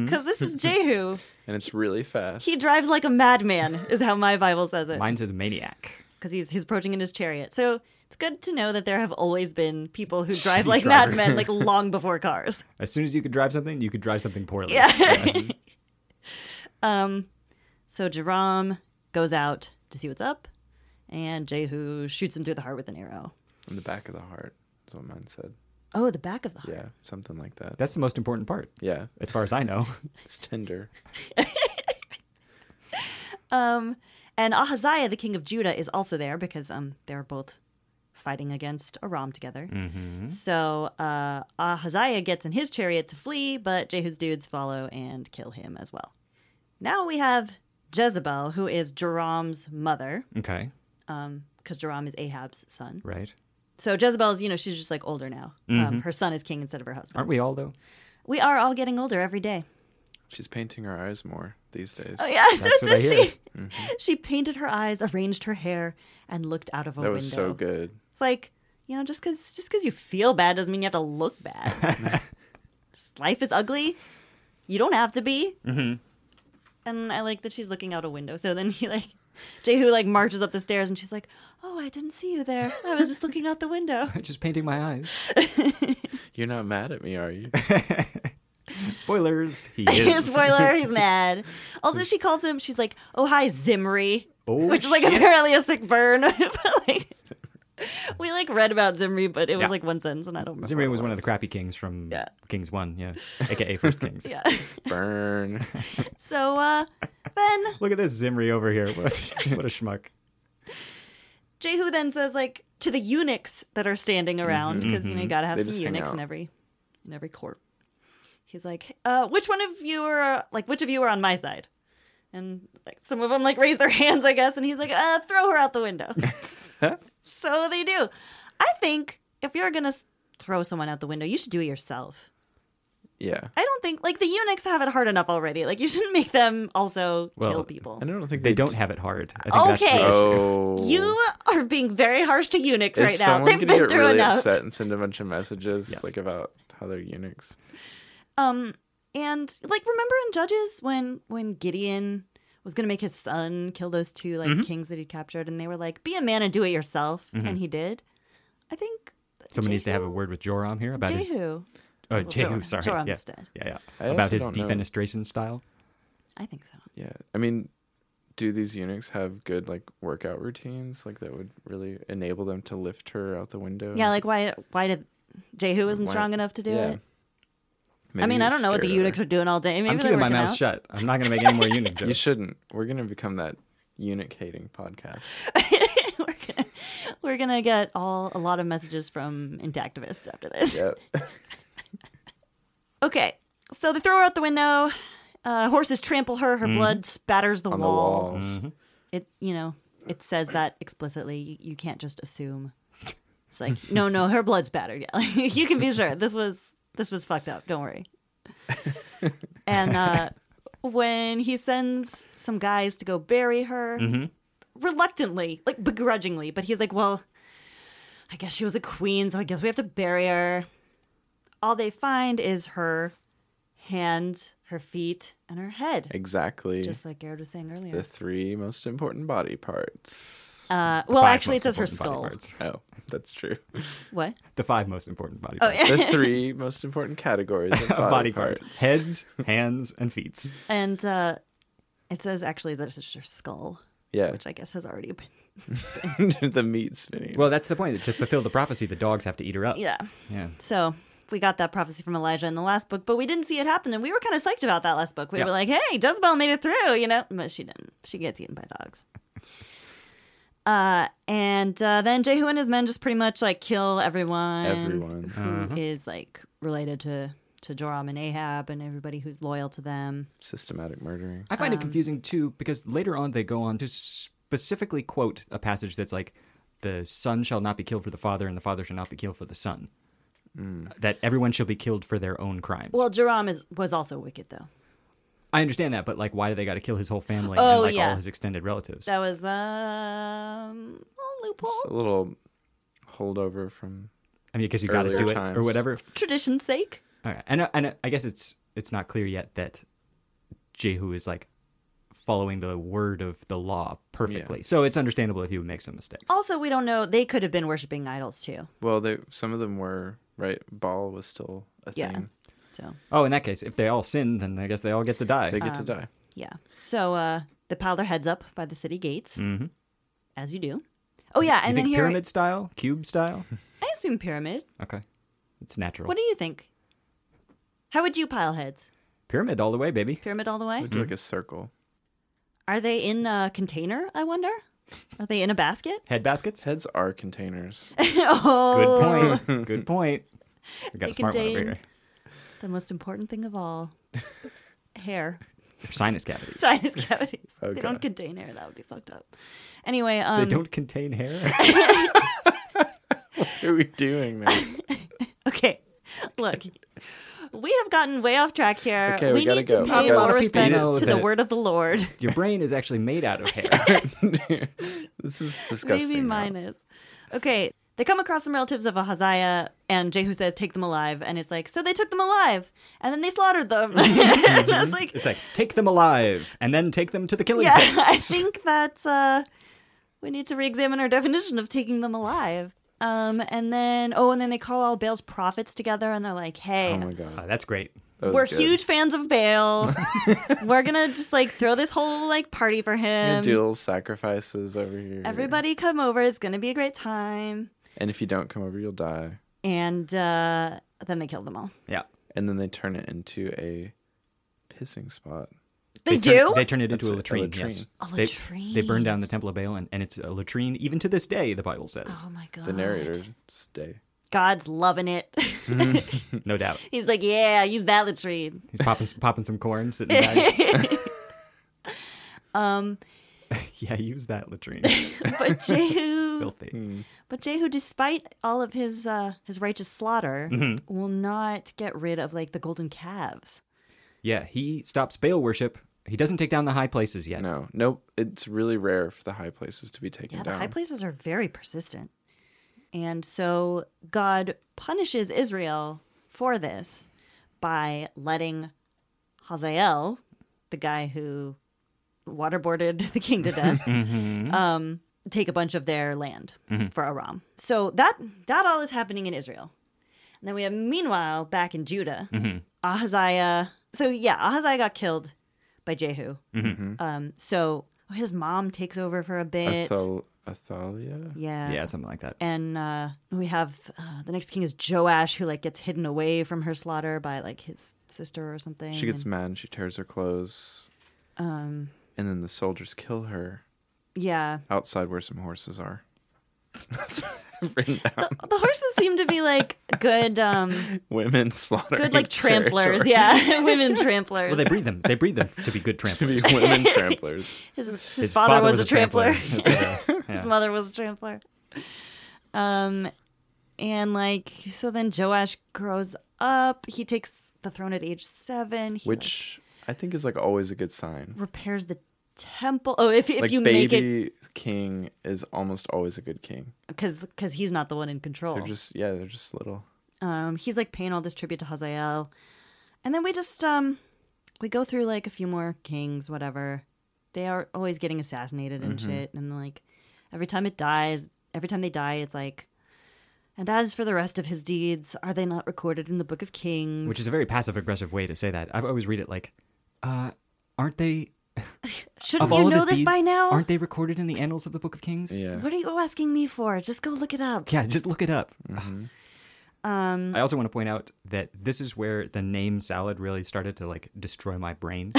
because this is Jehu. And it's really fast. he drives like a madman, is how my Bible says it, Mine says maniac. because he's he's approaching in his chariot. So." It's good to know that there have always been people who drive City like drivers. madmen, like long before cars. As soon as you could drive something, you could drive something poorly. Yeah. um, so Jerome goes out to see what's up, and Jehu shoots him through the heart with an arrow. In the back of the heart is what mine said. Oh, the back of the heart. Yeah, something like that. That's the most important part, yeah, as far as I know. it's tender. Um, and Ahaziah, the king of Judah, is also there because um, they're both fighting against Aram together. Mm-hmm. So uh, Ahaziah gets in his chariot to flee, but Jehu's dudes follow and kill him as well. Now we have Jezebel, who is Joram's mother, Okay, because Joram is Ahab's son. right. So Jezebel is, you know, she's just like older now. Um, her son is king instead of her husband. Aren't we all though? We are all getting older every day. She's painting her eyes more these days. Oh yeah, so That's what I it's- hear. she she painted her eyes, arranged her hair, and looked out of a that window. was so good. It's like you know, just because just because you feel bad doesn't mean you have to look bad. Just Life is ugly. You don't have to be. Mm-hmm. And I like that she's looking out a window. So then he like Jehu like marches up the stairs, and she's like, "Oh, I didn't see you there. I was just looking out the window." Just painting my eyes. You're not mad at me, are you? Spoilers. He is. Spoiler, he's mad. Also, she calls him. She's like, "Oh, hi, Zimri," Oh, which is like shit. apparently a sick burn. But, like, we like read about Zimri, but it was Yeah. like one sentence, and I don't. remember Zimri what was it one of the crappy kings from Yeah. Kings One, yeah, aka First Kings. Yeah. Burn. So uh, then Look at this Zimri over here. What, what a schmuck. Jehu then says like to the eunuchs that are standing Mm-hmm. around because you know you gotta have They some just hang eunuchs in out. every in every court. He's like, uh, which one of you are like which of you are on my side? And like some of them like raise their hands, I guess, and he's like, uh, throw her out the window. so they do. I think if you're gonna s- throw someone out the window, you should do it yourself. Yeah. I don't think like the eunuchs have it hard enough already. Like you shouldn't make them also kill Well, people. And I don't think They don't d- have it hard. I think that's Okay. the issue. Oh. You are being very harsh to eunuchs Is right now. someone They've gonna been get through really enough. upset and send a bunch of messages like about how they're eunuchs? Um, and like remember in Judges when when Gideon was gonna make his son kill those two Mm-hmm. like kings that he captured, and they were like, "Be a man and do it yourself," and he did. I think Someone needs to have a Jehu- word with Joram here about his. Jehu. Oh, Joram. Jehu, sorry. Joram's yeah. dead. yeah, yeah. I About also his don't know. defenestration style. I think so. Yeah. I mean, do these eunuchs have good like workout routines like that would really enable them to lift her out the window? Yeah, like why why did Jehu isn't Why- strong enough to do yeah. it? Maybe I mean, he I was don't know what the scared of her. eunuchs are doing all day. Maybe I'm they're keeping my working mouth out. shut. I'm not going to make any more eunuch jokes. You shouldn't. We're gonna become that eunuch hating podcast. we're, gonna, we're gonna get all a lot of messages from intactivists after this. Yep. Okay, so they throw her out the window. Uh, horses trample her. Her blood spatters the Mm-hmm. On the wall. walls. It, you know, it says that explicitly. You, you can't just assume. It's like, no, no, her blood's spattered. Yeah, Like, you can be sure this was this was fucked up. Don't worry. and uh, when he sends some guys to go bury her, reluctantly, like begrudgingly, but he's like, well, I guess she was a queen, so I guess we have to bury her. All they find is her hand, her feet, and her head, Exactly. just like Garrett was saying earlier. the three most important body parts. Uh, well, Five actually, it says most her important body skull. parts. oh, that's true. What? The five most important body Oh, parts. yeah. the three most important categories of body, Body parts. parts. Heads, hands, and feet. And uh, it says actually that it's just her skull, Yeah, which I guess has already been. the meat spinning. Well, that's the point. To fulfill the prophecy, the dogs have to eat her up. Yeah. Yeah. So we got that prophecy from Elijah in the last book, but we didn't see it happen. And we were kind of psyched about that last book. We Yeah. were like, hey, Jezebel made it through, you know? But she didn't. She gets eaten by dogs. Uh, and uh, then Jehu and his men just pretty much like kill everyone, Everyone. who is like related to to Joram and Ahab, and everybody who's loyal to them. Systematic murdering. I find Um, it confusing too because later on they go on to specifically quote a passage that's like, "The son shall not be killed for the father, and the father shall not be killed for the son." Mm. Uh, That everyone shall be killed for their own crimes. Well, Joram is was also wicked though. I understand that, but like, why do they got to kill his whole family Oh, and like yeah. all his extended relatives? That was um a Just a loophole little holdover from. I mean, because you got to Earlier do it or times. whatever. tradition's sake. All right. And and I guess it's it's not clear yet that Jehu is like following the word of the law perfectly. So it's understandable if he would make some mistakes. Also, we don't know they could have been worshiping idols too. Well, they some of them were right. Ball was still a Yeah. thing. So Oh, in that case, if they all sin, then I guess they all get to die. They get to Um, die. yeah. So uh they pile their heads up by the city gates, as you do. Oh yeah, Mm-hmm. you and then think here pyramid style, cube style? I assume pyramid. Okay. It's natural. What do you think? How would you pile heads? Pyramid all the way, baby. Pyramid all the way? Would do like a circle. Are they in a container, I wonder? Are they in a basket? Head baskets. Heads are containers. oh, Good point. Good point. I got They a smart one over contain- here. the most important thing of all hair. Their sinus cavities. Sinus cavities. They Okay. don't contain hair. That would be fucked up. Anyway, um, they don't contain hair. what are we doing, man? Okay, look, we have gotten way off track here. Okay, we we, gotta need go. to We pay gotta more speed. respect Know to the that- word of the Lord. Your brain is actually made out of hair. this is disgusting. Maybe now. mine is. Okay, they come across some relatives of Ahaziah, and Jehu says, "Take them alive," and it's like, so they took them alive, and then they slaughtered them. Mm-hmm. And I was like, it's like take them alive and then take them to the killing yeah, pits. I think that uh, we need to re-examine our definition of taking them alive. Um, and then oh, and then they call all Baal's prophets together, and they're like, "Hey, Oh my god. Uh, that's great. That was we're good. huge fans of Baal. we're gonna just like throw this whole like party for Gonna him. do little sacrifices over here. Everybody come over. It's gonna be a great time. And if you don't come over, you'll die. And uh, then they kill them all. Yeah. And then they turn it into a pissing spot. They, turn- do. They turn it into That's a a latrine. latrine. Yes. A They- latrine. They, burn down the temple of Baal, and, and it's a latrine even to this day. The Bible says, oh my god. The narrator's day. God's loving it. Oh. no doubt. He's like, yeah, use that latrine. He's popping popping some corn, sitting back. Um, yeah, use that latrine. but Jehu, Filthy. but Jehu, despite all of his uh, his righteous slaughter, Mm-hmm. will not get rid of like the golden calves. Yeah, he stops Baal worship. He doesn't take down the high places yet. No, nope. It's really rare for the high places to be taken Yeah, the down. high places are very persistent. And so God punishes Israel for this by letting Hazael, the guy who waterboarded the king to death, Mm-hmm. um, take a bunch of their land for Aram. So that that all is happening in Israel. And then we have meanwhile back in Judah, Mm-hmm. Ahaziah. So yeah, Ahaziah got killed by Jehu. Mm-hmm. Um, so his mom takes over for a bit. Athal- Athalia? Yeah. Yeah, something like that. And uh, we have uh, the next king is Joash, who like gets hidden away from her slaughter by like his sister or something. She gets And, mad and she tears her clothes. um, And then the soldiers kill her yeah. outside where some horses are. That's what I've written down. The horses seem to be like good, um, Women slaughtering. good like tramplers. territory. Yeah, women tramplers. Well, they breed them. They breed them to be good To be tramplers. women tramplers. his, his, father, was, a trampler. That's okay. His Yeah. mother was a trampler. Um, and like so, then Joash grows up. He takes the throne at age seven. He, like, Which I think is like always a good sign. repairs the temple. Oh, if if like you make it baby king is almost always a good king. because because he's not the one in control. They're just yeah, they're just little. Um, he's like paying all this tribute to Hazael, and then we just um we go through like a few more kings, whatever. They are always getting assassinated and Mm-hmm. shit, and like every time it dies, every time they die, it's like. And as for the rest of his deeds, are they not recorded in the Book of Kings? Which is a very passive aggressive way to say that. I always read it like, uh, aren't they? Shouldn't Of all you of his know this deeds, by now? aren't they recorded in the annals of the Book of Kings? Yeah. What are you asking me for? Just go look it up. Yeah, just look it up. Mm-hmm. Um, I also want to point out that this is where the name salad really started to like destroy my brain.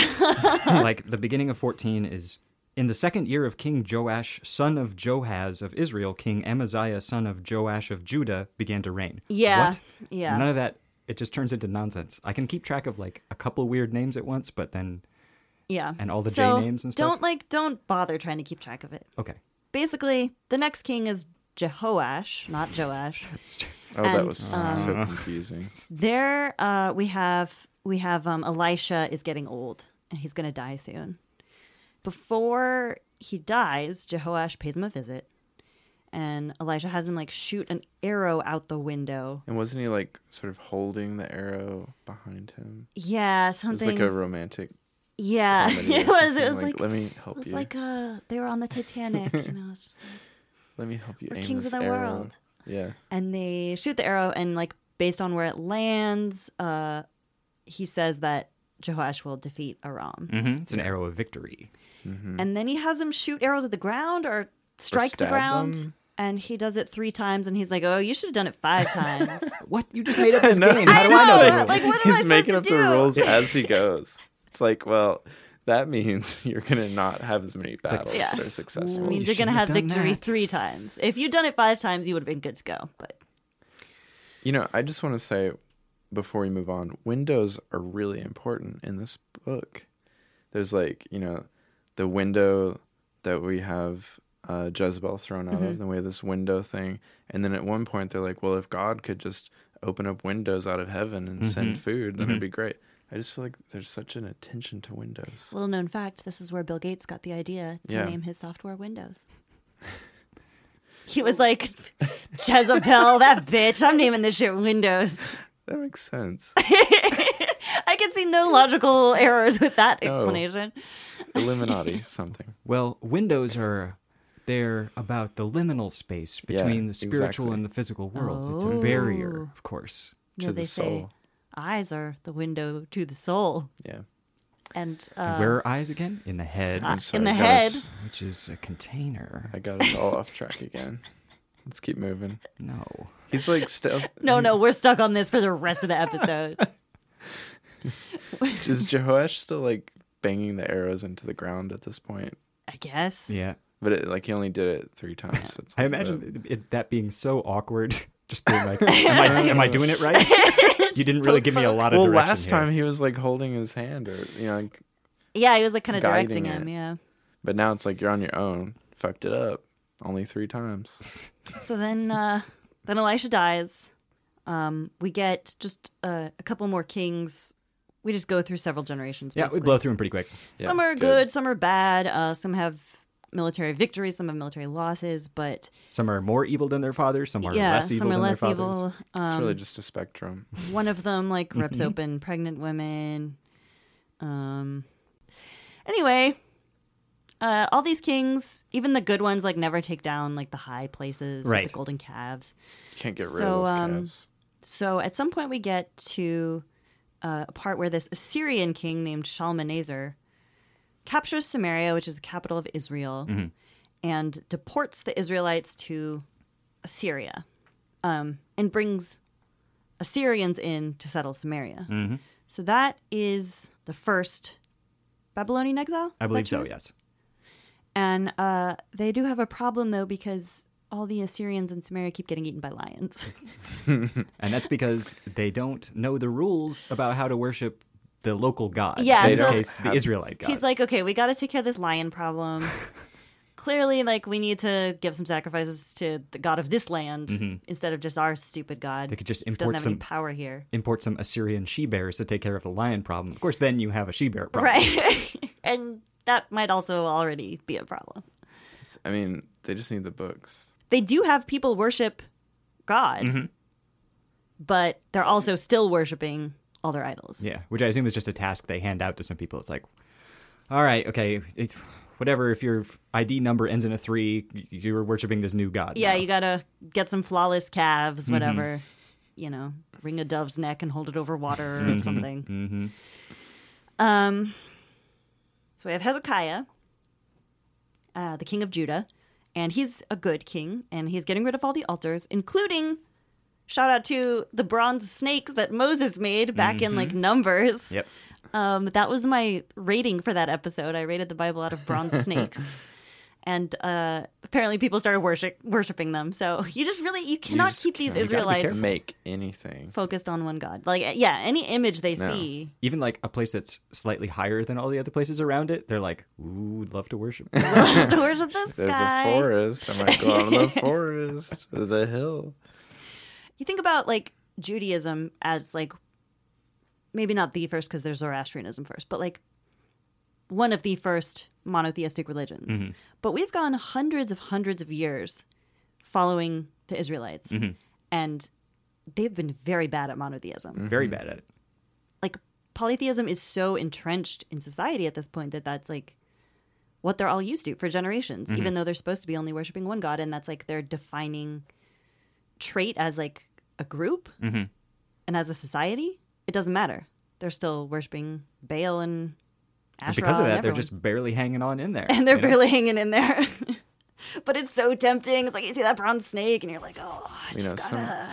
like the beginning of 14 is in the second year of King Joash, son of Johaz of Israel, King Amaziah, son of Joash of Judah, began to reign. Yeah, What? yeah. None of that. It just turns into nonsense. I can keep track of like a couple weird names at once, but then Yeah, And all the J so names and stuff? Don't like, don't bother trying to keep track of it. okay. basically, the next king is Jehoash, not Joash. Oh, And, that was so um, confusing. there, uh, we have we have um, Elisha is getting old and he's going to die soon. Before he dies, Jehoash pays him a visit, and Elisha has him like shoot an arrow out the window. And wasn't he like sort of holding the arrow behind him? Yeah, It was something. like a romantic. yeah, comedy or it was. something, It was like. let me it help was you. like uh, they were on the Titanic, you know. It's just like, let me help you. we're aim kings of this the arrow. world. Yeah. and they shoot the arrow and like based on where it lands uh he says that Jehoash will defeat Aram. Mm-hmm. It's an arrow of victory. And then he has him shoot arrows at the ground or strike the stab ground. them? and he does it three times, and he's like, "Oh, you should have done it five times." What? You just made up this know. game. How do I know, I know the but, like, rules? what am I He's supposed making to up do? the rules as he goes. It's like, well, that means you're gonna not have as many battles Yeah. that are it successful. Well, you means you're gonna have shouldn't have done victory that. three times. If you'd done it five times, you would have been good to go. But You know, I just want to say before we move on, windows are really important in this book. There's like, you know, the window that we have uh, Jezebel thrown out Mm-hmm. of, then we have this window thing. And then at one point, they're like, well, if God could just open up windows out of heaven and Mm-hmm. send food, then it'd be great. I just feel like there's such an attention to windows. little known fact: this is where Bill Gates got the idea to Yeah. name his software Windows. He was like, Jezebel, that bitch, I'm naming this shit Windows. That makes sense. I can see no logical errors with that explanation. Illuminati, something. Well, windows are they're about the liminal space Yeah, between the spiritual exactly. and the physical worlds. It's a barrier, Oh. of course. You know, To they the say soul. eyes are the window to the soul. Yeah. And, And uh, where are eyes again? In the head, Ah. I'm In sorry, the guys. head. which is a container. I got us all off track again. Let's keep moving. No. He's like still. no, no, we're stuck on this for the rest of the episode. Is Jehoash still like banging the arrows into the ground at this point? I guess. Yeah. But it, like he only did it three times. so it's I like, imagine it, it- that being so awkward. Just being like, am I, am I doing it right? You didn't really give me a lot but- of Well, direction last here. time he was like holding his hand, or you know, like, Yeah, he was like kind of Guiding directing him. it. Yeah. but now it's like you're on your own. Fucked it up. Only three times. So then, uh, then Elisha dies. Um, we get just uh, a couple more kings. We just go through several generations. yeah, we basically. blow through him pretty quick. Yeah, some are good. good. some are bad. Uh, some have military victories, some have military losses, but Some are more evil than their fathers. Some are yeah, less evil some are than less their fathers. evil. It's Um, really just a spectrum. one of them like rips open pregnant women. Um. Anyway, uh, all these kings, even the good ones, like never take down like the high places, like, Right. the golden calves. Can't get rid So, of those um, calves. So at some point we get to uh, a part where this Assyrian king named Shalmaneser captures Samaria, which is the capital of Israel, Mm-hmm. and deports the Israelites to Assyria, um, and brings Assyrians in to settle Samaria. Mm-hmm. So that is the first Babylonian exile. I Is that believe so, true? yes. And uh, they do have a problem though because all the Assyrians in Samaria keep getting eaten by lions. And that's because they don't know the rules about how to worship the local god. Yeah, in this so- case, the Have- Israelite god. He's like, okay, we got to take care of this lion problem. Clearly, like, we need to give some sacrifices to the god of this land instead of just our stupid god. Mm-hmm. they could just doesn't import have some any power here, import some Assyrian she bears to take care of the lion problem. Of course, then you have a she bear problem. right? and that might also already be a problem. It's- I mean, they just need the books. They do have people worship God, Mm-hmm. but they're also still worshiping all their idols. Yeah, which I assume is just a task they hand out to some people. It's like, all right, okay, it, whatever. If your ID number ends in a three, you're worshiping this new god. Yeah, now. you gotta get some flawless calves, whatever. You know, wring a dove's neck and hold it over water or something. Um, so we have Hezekiah, uh, the king of Judah, and he's a good king, and he's getting rid of all the altars, including shout out to the bronze snakes that Moses made back in like Numbers. Yep. Um, that was my rating for that episode. I rated the Bible out of bronze snakes. And uh, apparently, people started worship- worshiping them. So you just really you cannot just keep these can't- you gotta be Israelites careful. Make anything. focused on one God. Like, yeah, any image they No. see, Even like a place that's slightly higher than all the other places around it, they're like, ooh, would love to worship. have to worship this There's guy. a forest. I might go out in the forest. There's a hill. You think about like Judaism as like maybe not the first because there's Zoroastrianism first, but like one of the first monotheistic religions. But we've gone hundreds of hundreds of years following the Israelites, and they've been very bad at monotheism. Very bad at it. Like polytheism is so entrenched in society at this point that that's like what they're all used to for generations, even though they're supposed to be only worshiping one god, and that's like their defining trait as like a group and as a society. It doesn't matter; they're still worshiping Baal and Asherah. And because of and that, they're everyone. just barely hanging on in there. and they're you know? barely hanging in there. But it's so tempting. It's like you see that brown snake and you're like, oh, I You just know, some-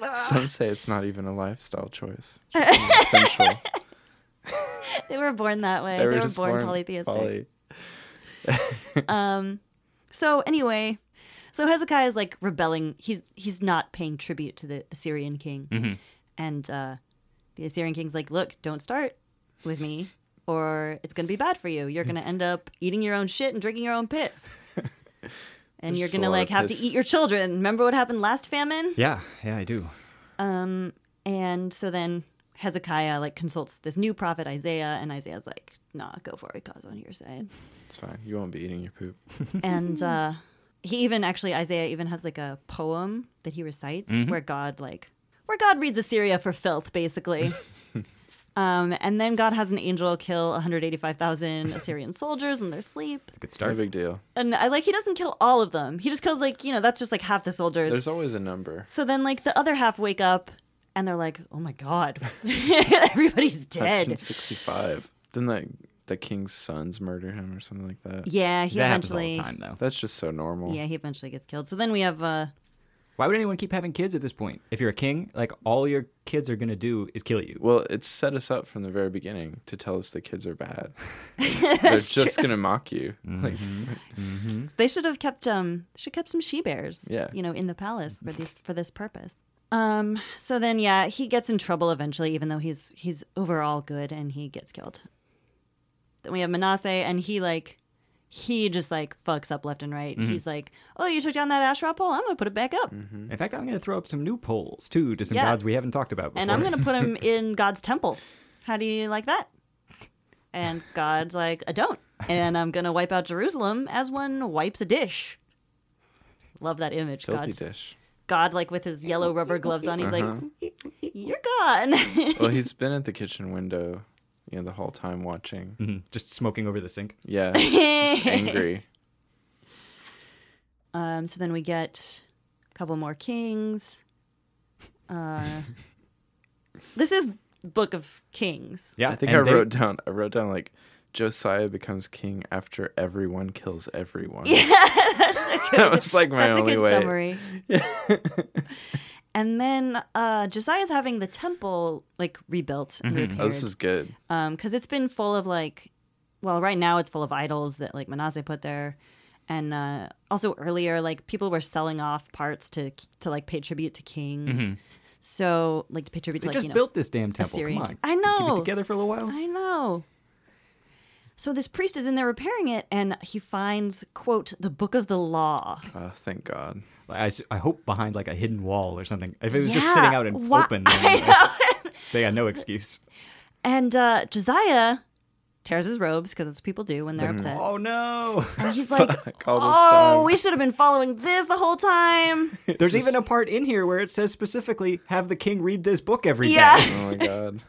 gotta. Some say it's not even a lifestyle choice. Just an essential. They were born that way. They were, just born, polytheistic. poly- So anyway, so Hezekiah is like rebelling. He's he's not paying tribute to the Assyrian king, Mm-hmm. and uh, the Assyrian king's like, "Look, don't start with me, or it's gonna be bad for you. You're gonna end up eating your own shit and drinking your own piss, and you're There's just a gonna lot like of have to piss. eat your children. Remember what happened last famine? Yeah, yeah, I do. And so then Hezekiah like consults this new prophet Isaiah, and Isaiah's like, "Nah, go for it, cause on your side." It's fine. You won't be eating your poop. and uh, he even actually Isaiah even has like a poem that he recites Mm-hmm. where God like where God reads Assyria for filth basically. um, and then God has an angel kill 185,000 Assyrian soldiers in their sleep. It's a good No start. big deal. And I like he doesn't kill all of them. He just kills like you know that's just like half the soldiers. There's always a number. so then like the other half wake up and they're like, oh my god, everybody's dead. 165. Then the the king's sons murder him or something like that. Yeah, he that happens all eventually. the time, though. That's just so normal. Yeah, he eventually gets killed. So then we have uh, Why would anyone keep having kids at this point? If you're a king, like all your kids are gonna do is kill you. Well, it's set us up from the very beginning to tell us the kids are bad. They're just gonna mock you. Mm-hmm. Like, They should have kept um should have kept some she bears. Yeah. You know, in the palace for these for this purpose. Um so then yeah, he gets in trouble eventually, even though he's he's overall good and he gets killed. Then we have Manasseh and he like he just like fucks up left and right. Mm-hmm. He's like, Oh, you took down that Asherah pole, I'm gonna put it back up. In fact, I'm gonna throw up some new polls too to some Yeah. gods we haven't talked about before. And I'm gonna put him in God's temple. How do you like that? And God's like, I don't. And I'm gonna wipe out Jerusalem as one wipes a dish. Love that image. filthy God's dish. God, like with his yellow rubber gloves on, he's Uh-huh. like, "You're gone." Well, he's been at the kitchen window, you know, the whole time watching. Mm. Mhm. just smoking over the sink. Yeah, just angry. um, so then we get a couple more kings. Uh, this is Book of Kings. Yeah, I think and I they- wrote down. I wrote down like Josiah becomes king after everyone kills everyone. that was like my That's a only good way. summary. and then uh, Josiah's having the temple like rebuilt and repaired. Oh, this is good. um because it's been full of like well right now it's full of idols that like manasseh put there and uh also earlier like people were selling off parts to to like pay tribute to kings so like to pay tribute Mm-hmm. They to like just you know built this damn temple. Assyrian- Come on, I Keep know. it together for a little while. i know so this priest is in there repairing it and he finds quote the book of the law Oh, thank God. I, s- I hope behind like a hidden wall or something. If it was just Yeah, sitting out and wha- open, then, like, they got no excuse. and uh josiah tears his robes because that's what people do when they're upset Oh no! and he's like all this oh time." we should have been following this the whole time There's even a part in here where it says specifically, "Have the king read this book every day." yeah Oh my God.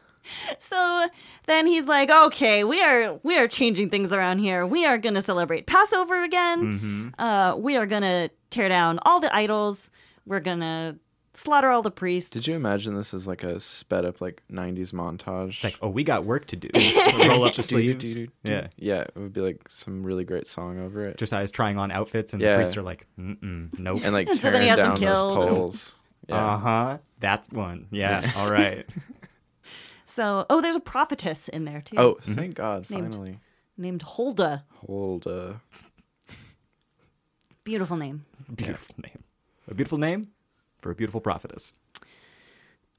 So then he's like, "Okay, we are we are changing things around here. We are going to celebrate Passover again. Mm-hmm. Uh, we are going to tear down all the idols. We're going to slaughter all the priests." Did you imagine this as like a sped up like '90s montage? It's like, oh, we got work to do. Roll up the sleeves. Yeah. yeah, it would be like some really great song over it, Josiah's trying on outfits, and Yeah. the priests are like, "Mm-mm, nope." and like And so then tearing he has them down those killed. poles. Yeah. Uh huh. That one. Yeah. All right. So, oh, there's a prophetess in there too, oh, Mm-hmm. thank God! Named. Finally, named Huldah. hold. Uh, Beautiful name. Beautiful name. A beautiful name for a beautiful prophetess.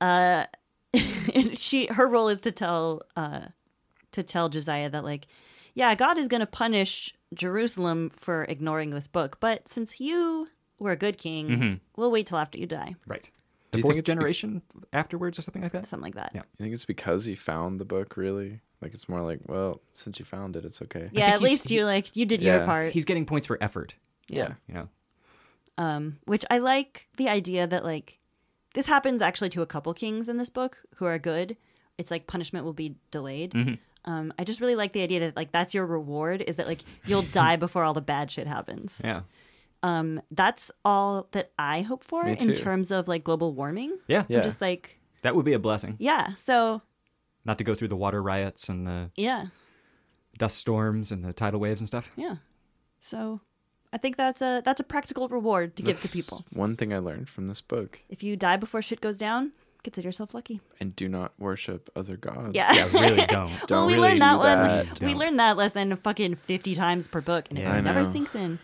and she her role is to tell uh to tell Josiah that like yeah God is going to punish Jerusalem for ignoring this book but since you were a good king Mm-hmm. we'll wait till after you die Right. Do The you think fourth it's be- generation afterwards or something like that. something like that Yeah. you think it's because he found the book? Really? Like it's more like, well, since you found it, it's yeah okay. think at he's- least you like you did your Yeah. part He's getting points for effort. Yeah. You know. um which I like the idea that like this happens actually to a couple kings in this book who are good it's like punishment will be delayed Mm-hmm. um I just really like the idea that like that's your reward is that like you'll die before all the bad shit happens Yeah. um, that's all that I hope for Me in too. terms of like global warming. Yeah. Yeah. Just like, That would be a blessing. yeah. So, Not to go through the water riots and the yeah. dust storms and the tidal waves and stuff. Yeah. So I I think that's a that's a practical reward to give to people. One thing I learned from this book If you die before shit goes down, consider yourself lucky. and do not worship other gods. Yeah. Yeah, really don't. Don't well, we really learned do that, that. one. We Don't. learned that lesson fucking 50 times per book, and Yeah, I it never know. sinks in.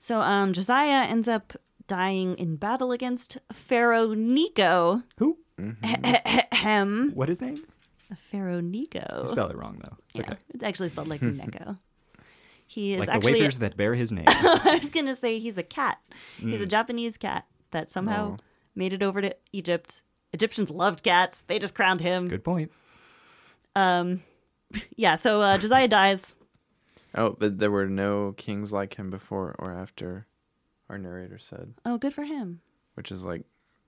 So um, Josiah ends up dying in battle against Pharaoh Nico. Who? Mm-hmm. Ahem. What his name? Pharaoh Nico. You spelled it wrong though. It's yeah, okay. it's actually spelled like Neko. He is Like the actually. wafers that bear his name. I was gonna say he's a cat. He's a Japanese cat that somehow Oh. made it over to Egypt. Egyptians loved cats. They just crowned him. Um, Good point. Yeah. So uh, Josiah dies. Oh, but there were no kings like him before or after, our narrator said, Oh, good for him. which is like,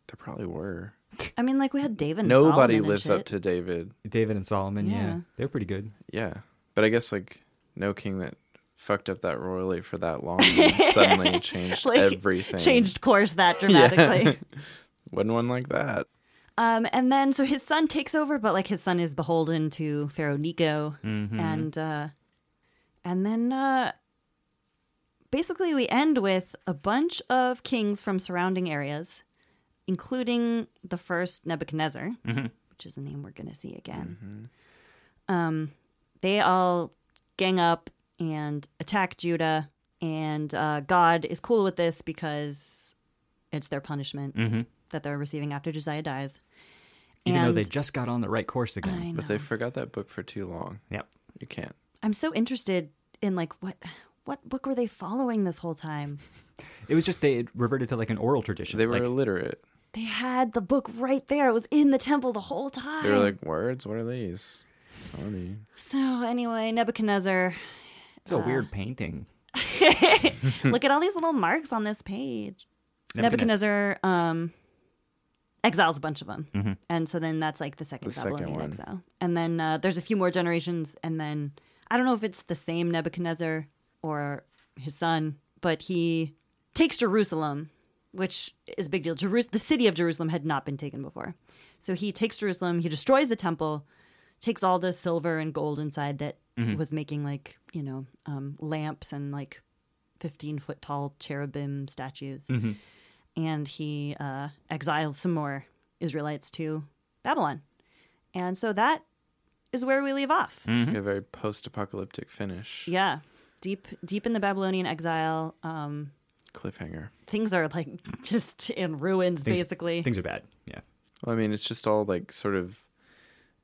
there probably were. I mean, like we had David. And Nobody Solomon and lives shit. up to David. David and Solomon. Yeah, Yeah. they're pretty good. Yeah. But I guess like no king that fucked up that royally for that long and suddenly changed Like, everything. Changed course that dramatically. Wasn't one like that. Um, and then so his son takes over, but like his son is beholden to Pharaoh Nico, and uh, and then uh, basically we end with a bunch of kings from surrounding areas, including the first Nebuchadnezzar, Mm-hmm. which is a name we're gonna see again. Um, they all gang up and attack Judah, and uh, God is cool with this because it's their punishment that they're receiving after Josiah dies. Mm-hmm. Even though And- they just got on the right course I again. know. But they forgot that book for too long. Yep. You can't. I'm so interested in like what what book were they following this whole time? It was just they reverted to like an oral tradition. They were Like, illiterate. They had the book right there. It was in the temple the whole time. They were like, words? What are these? Funny. so anyway, Nebuchadnezzar, it's a Ah. weird painting. look at all these little marks on this page. Nebuchadnezzar, um, exiles a bunch of them, and so then that's like the second Mm-hmm. The second Babylonian one. exile. And then uh, there's a few more generations, and then I don't know if it's the same Nebuchadnezzar or his son, but he takes Jerusalem, which is a big deal. Jeru- the city of Jerusalem had not been taken before, so he takes Jerusalem. He destroys the temple, takes all the silver and gold inside that Mm-hmm. was making like you know um, lamps and like 15 foot tall cherubim statues. Mm-hmm. And he uh, exiles some more Israelites to Babylon. And so that is where we leave off. Hmm. It's like a very post apocalyptic finish. Yeah. Deep, deep in the Babylonian exile, um, Cliffhanger. things are like just in ruins, Things- basically. Things are bad. Yeah. Well, I mean, it's just all like sort of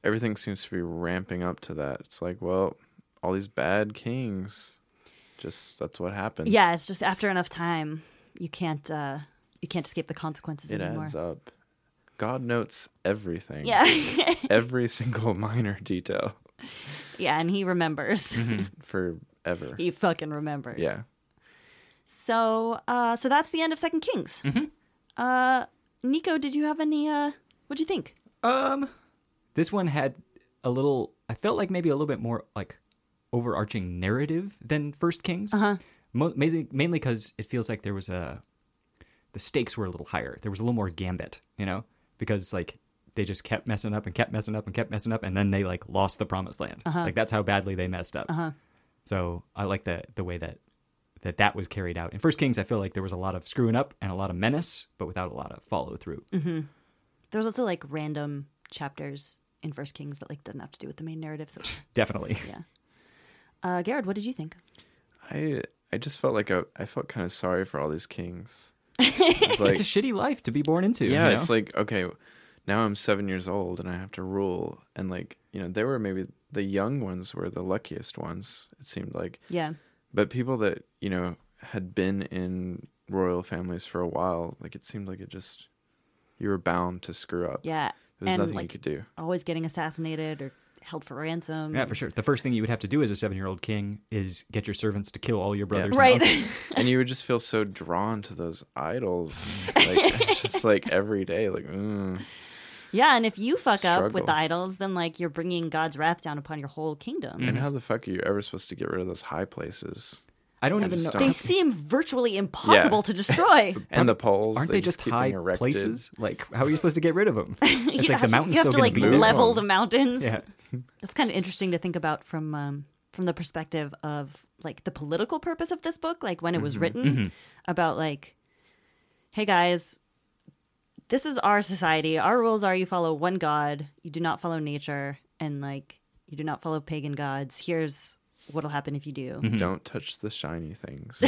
everything seems to be ramping up to that. It's like, well, all these bad kings, just that's what happens. yeah, it's just after enough time, you can't, uh, you can't escape the consequences it anymore. adds up. God notes everything. Yeah, every single minor detail yeah, and he remembers. Mm-hmm. forever. He fucking remembers. Yeah, So, uh, so that's the end of Second Kings. Mm-hmm. Uh, Nico, did you have any? Uh, what'd you think? Um, this one had a little. I felt like maybe a little bit more like overarching narrative than First Kings. Uh huh. Mo- mainly, mainly because it feels like there was a the stakes were a little higher. There was a little more gambit, you know, because like they just kept messing up and kept messing up and kept messing up, and then they like lost the promised land. Like that's how badly they messed up. Uh-huh. So I like the the way that that that was carried out in First Kings. I feel like there was a lot of screwing up and a lot of menace, but without a lot of follow through. There's also like random chapters in First Kings that like doesn't have to do with the main narrative. So, Definitely. yeah. Uh, Garrett, what did you think? I I just felt like a, I felt kind of sorry for all these kings. It's like, it's a shitty life to be born into. yeah, you know? it's like okay, now I'm seven years old and I have to rule, and like you know, they were maybe the young ones were the luckiest ones. It seemed like, Yeah, but people that you know had been in royal families for a while, like it seemed like it just you were bound to screw up. yeah, there's and nothing you like could do. always getting assassinated or held for ransom. yeah, for sure. The first thing you would have to do as a seven-year-old king is get your servants to kill all your brothers. Right. And uncles. and you would just feel so drawn to those idols, like just like every day, like mm. yeah, and if you fuck up with Struggle. the idols, then like you're bringing God's wrath down upon your whole kingdom. and how the fuck are you ever supposed to get rid of those high places I don't I even know. just don't- They seem virtually impossible to destroy. and the poles? Aren't they, just keep high being erected. places? Like, how are you supposed to get rid of them? you It's like have, the mountain's you have to still like gonna be there. level the mountains. Yeah. That's kind of interesting to think about from um, from the perspective of like the political purpose of this book, like when it Mm-hmm. was written, about like, hey guys, this is our society. Our rules are you follow one god, you do not follow nature, and like you do not follow pagan gods. Here's what'll happen if you do. Don't touch the shiny things.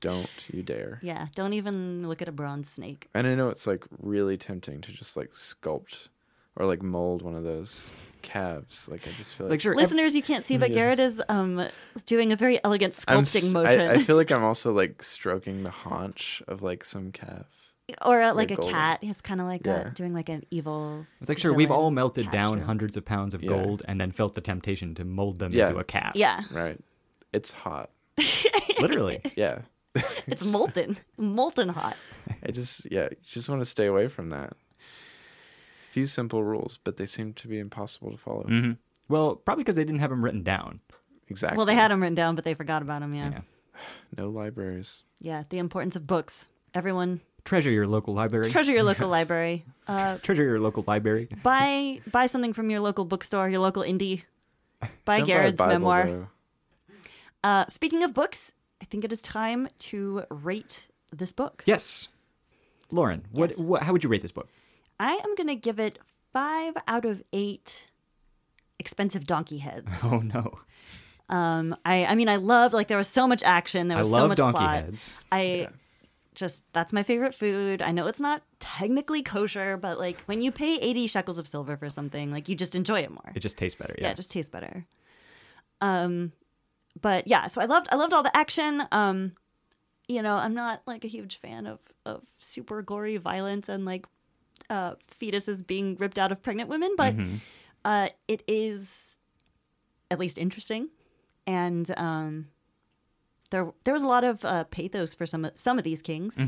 Don't you dare. Yeah, don't even look at a bronze snake. And I know it's like really tempting to just like sculpt or like mold one of those calves. Like I just feel like, Like sure, ev- Listeners, you can't see, but Garrett is um doing a very elegant Mm-hmm. I'm sculpting s- motion, I, I feel like I'm also like stroking the haunch of like some calf. or uh, like Like a golden. cat. He's kind of like Yeah. a, doing like an evil. It's like sure, we've villain all melted cat down stroke. hundreds of pounds of Yeah. gold and then felt the temptation to mold them Yeah. into a calf. Yeah, Right. It's hot. literally. Yeah. it's molten, molten hot. I just yeah, you just want to stay away from that. Few simple rules, but they seem to be impossible to follow. Well, probably because they didn't have them written down. Exactly. Mm-hmm. Well, they had them written down, but they forgot about them. Yeah. yeah, Yeah. no libraries. The importance of books. Everyone Treasure your local library. treasure your local library. Uh, Treasure your local library. buy buy something from your local bookstore, your local indie. Buy Don't buy a Garrett's Bible, memoir. though. Uh, speaking of books, I think it is time to rate this book. Yes. Lauren, what, Yes. what how would you rate this book? I am going to give it five out of eight expensive donkey heads. Oh no. Um, I, I mean, I loved, like, there was so much action. There I was so love much donkey plot. heads. I just, that's my favorite food. I know it's not technically kosher, but, like, when you pay 80 shekels of silver for something, like, you just enjoy it more. It just tastes better. yeah. Yeah. it just tastes better. Um, but yeah, so I loved I loved all the action. Um, you know, I'm not like a huge fan of of super gory violence and like uh, fetuses being ripped out of pregnant women, but Mm-hmm. uh, it is at least interesting, and um, there there was a lot of uh, pathos for some of, some of these kings,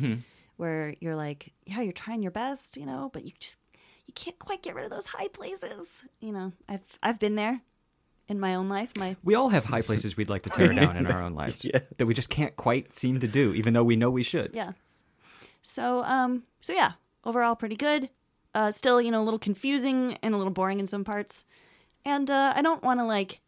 where you're like, yeah, you're trying your best, you know, but you just you can't quite get rid of those high places. You know, I've I've been there in my own life. My we all have high places we'd like to tear down in our own lives Yes. that we just can't quite seem to do, even though we know we should. yeah. So um so yeah, overall pretty good. Uh, still you know a little confusing and a little boring in some parts, and uh, I don't want to like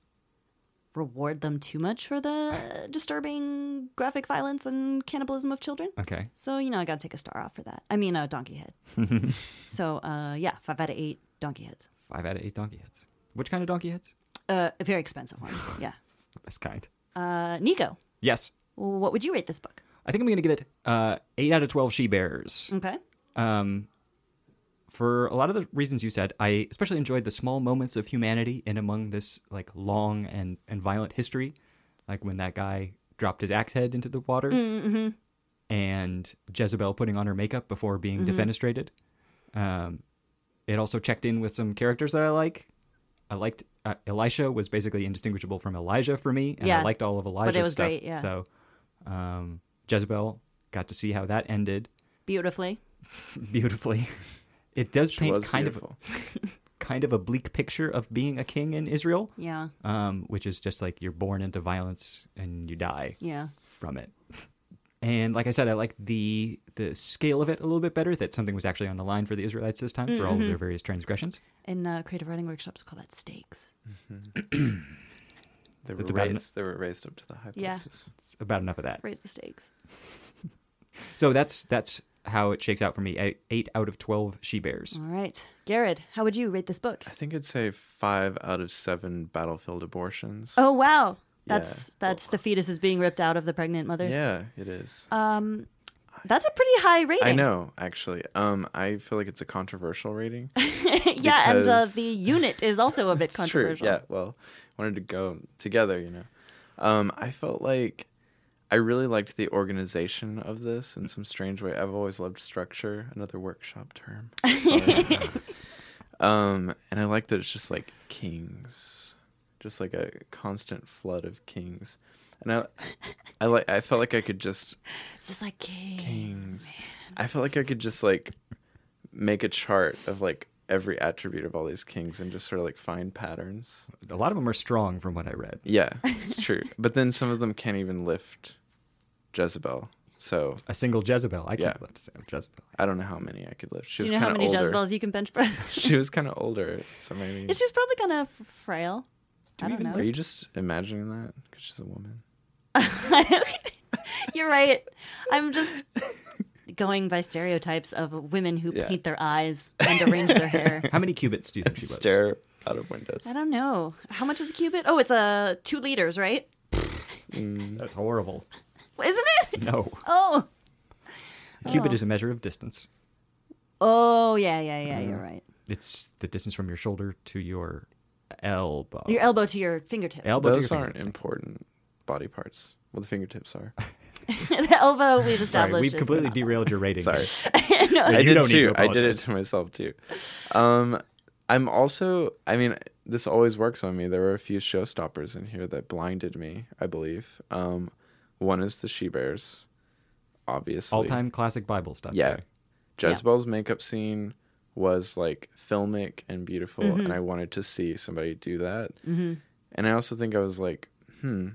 reward them too much for the disturbing graphic violence and cannibalism of children. Okay. So you know I gotta take a star off for that. I mean a donkey head. so uh yeah, five out of eight donkey heads. Five out of eight donkey heads. Which kind of donkey heads? Uh, very expensive ones. Yeah. The best kind. Uh, Nico, Yes. what would you rate this book? I think I'm going to give it uh, eight out of 12 she bears. Okay. Um, for a lot of the reasons you said, I especially enjoyed the small moments of humanity in among this like long and, and violent history, like when that guy dropped his axe head into the water, Mm, mm-hmm. and Jezebel putting on her makeup before being Mm-hmm. defenestrated. Um, it also checked in with some characters that I like. I liked uh, Elisha was basically indistinguishable from Elijah for me, and I Yeah. liked all of Elijah's was stuff. great, yeah. So um, Jezebel got to see how that ended Beautifully. beautifully. It does She paint was kind beautiful. of kind of a bleak picture of being a king in Israel, Yeah. um, which is just like you're born into violence and you die Yeah. from it. And like I said, I like the the scale of it a little bit better. That something was actually on the line for the Israelites this time for all of their various transgressions. In uh, creative writing workshops, we call that stakes. They were It's about an- raised. They were raised up to the high Yeah. places. It's about enough of that. Raise the stakes. So that's that's how it shakes out for me. Eight- Eight out of twelve she bears. All right. Garrett, how would you rate this book? I think I'd say five out of seven battlefield abortions. Oh, wow. Yeah. That's that's the fetus is being ripped out of the pregnant mothers. yeah, it is. Um, that's a pretty high rating. I know, actually. Um, I feel like it's a controversial rating. yeah, and uh, because- the unit is also a bit It's true. controversial. Yeah. Well, wanted to go together, you know. Um, I felt like I really liked the organization of this in some strange way. I've always loved structure. Another workshop term. Sorry. um, and I like that it's just like kings, just like a constant flood of kings. And I, I like. I felt like I could just It's just like kings. Kings. I felt like I could just like make a chart of like every attribute of all these kings and just sort of like find patterns. A lot of them are strong, from what I read. Yeah, it's true. but then some of them can't even lift Jezebel. So A single Jezebel. I can't Yeah. lift a single Jezebel. I don't know how many I could lift. She Do you know was how kind of many older. Jezebels you can bench press? She was kind of older, so maybe She's probably kind of frail. I don't even know. Are you just imagining that? Because she's a woman. You're right. I'm just going by stereotypes of women who Yeah. paint their eyes and arrange their hair. How many cubits do you think she was? Stare out of windows. I don't know. How much is a cubit? Oh, it's uh, two liters, right? That's horrible. Isn't it? No. Oh. A cubit is a measure of distance. Oh, yeah, yeah, yeah. You're Uh. right. It's the distance from your shoulder to your elbow. Your elbow to your fingertip. elbow Those to your aren't finger. important body parts. Well, the fingertips are. the elbow we've established. Sorry, we've is- completely derailed your rating. Sorry. no, You I did don't need too. to I did apologize. it to myself too. Um, I'm also. I mean, this always works on me. There were a few showstoppers in here that blinded me. I believe. Um, one is the she bears, obviously. All-time classic Bible stuff. Yeah. Jay. Jezebel's makeup scene was like filmic and beautiful, Mm-hmm. and I wanted to see somebody do that. Mm-hmm. And I also think I was like, hmm,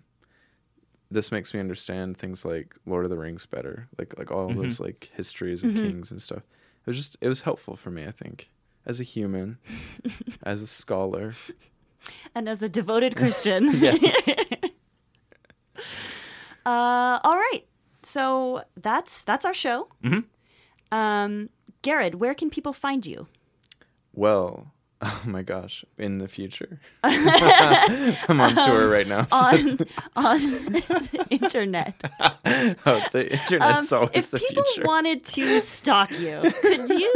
this makes me understand things like Lord of the Rings better, like like all Mm-hmm. those like histories of kings and stuff. It was just it was helpful for me, I think, as a human, as a scholar. and as a devoted Christian. Yes. uh, all right. So that's that's our show. Mm-hmm. Um, Garrett, where can people find you? Well, oh my gosh, in the future, I'm on tour right now. So On on the internet. oh, the internet's Um, always if the people future. wanted to stalk you, could you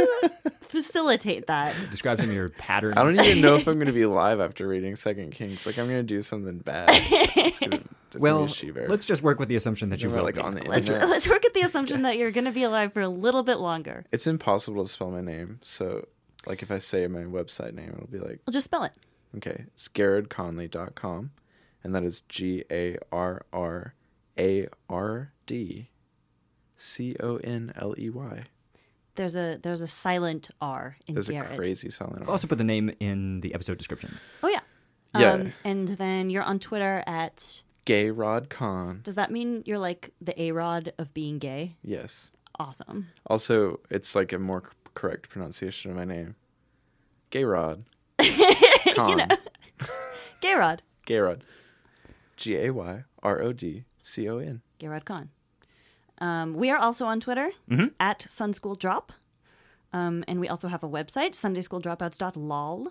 facilitate that? Describe some of your patterns. I don't even know if I'm going to be live after reading Second Kings. Like, I'm going to do something bad. It's gonna, it's well, gonna be a she-bear. let's just work with the assumption that you Somewhere, will like be. on the Let's internet. let's work at the assumption that you're going to be alive for a little bit longer. It's impossible to spell my name, so like if I say my website name, it'll be like Well, just spell it. okay, it's garrodconley.com, and that is G A R R A R D C O N L E Y. There's a there's a silent R in There's a Garrett. crazy silent. We'll also put the name in the episode description. Oh yeah. Yeah. Um, and then you're on Twitter at. Gay Rod Con. Does that mean you're like the A Rod of being gay? Yes. Awesome. Also, it's like a more c- correct pronunciation of my name. Gayrod. Con. Gay Rod. Gayrod. G A Y R O D C O N. Gay Rod Con. Um, we are also on Twitter at Sunschool Drop. Um, and we also have a website, sundaysschooldropouts.lol.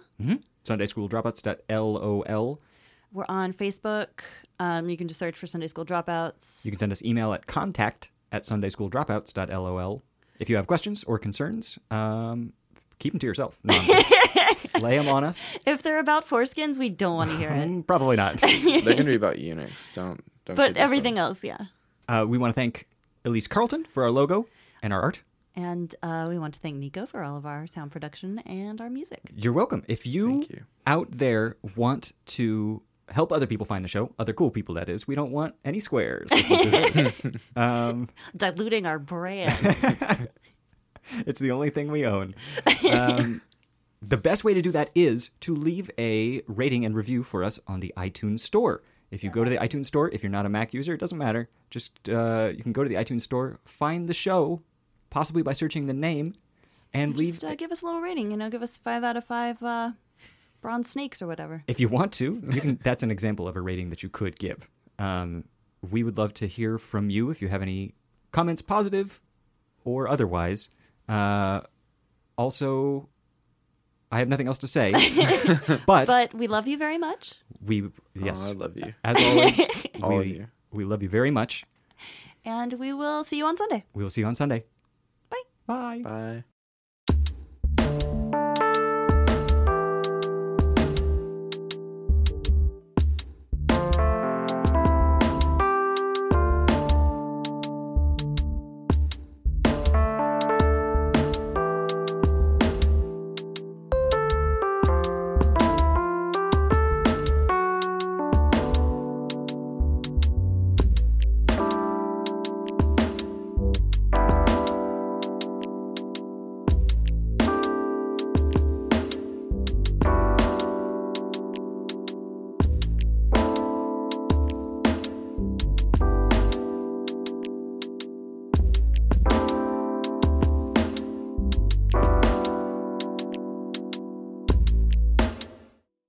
Sunday School Dropouts.lol. We're on Facebook. Um, you can just search for Sunday School Dropouts. You can send us email at contact at sundaysschooldropouts.lol. If you have questions or concerns, um, keep them to yourself. No, I'm kidding. Lay them on us. If they're about foreskins, we don't want to hear it. Mm, Probably not. They're gonna be about Unix. Don't don't. But kid yourselves. everything else, yeah. Uh, we want to thank Elise Carlton for our logo and our art. And uh, we want to thank Nico for all of our sound production and our music. You're welcome. If you, Thank you. out there want to help other people find the show, other cool people, that is, we don't want any squares. um, Diluting our brand. it's the only thing we own. Um, the best way to do that is to leave a rating and review for us on the iTunes Store. If you go to the iTunes Store, if you're not a Mac user, it doesn't matter. Just uh, you can go to the iTunes Store, find the show, possibly by searching the name, and leave. Just uh, give us a little rating, you know, give us five out of five uh, bronze snakes or whatever. if you want to you can that's an example of a rating that you could give um, we would love to hear from you if you have any comments positive or otherwise uh, also i have nothing else to say but, But we love you very much. we Oh, yes I love you. as always All of we, you. we love you very much And we will see you on Sunday. we will see you on sunday Bye. bye Bye.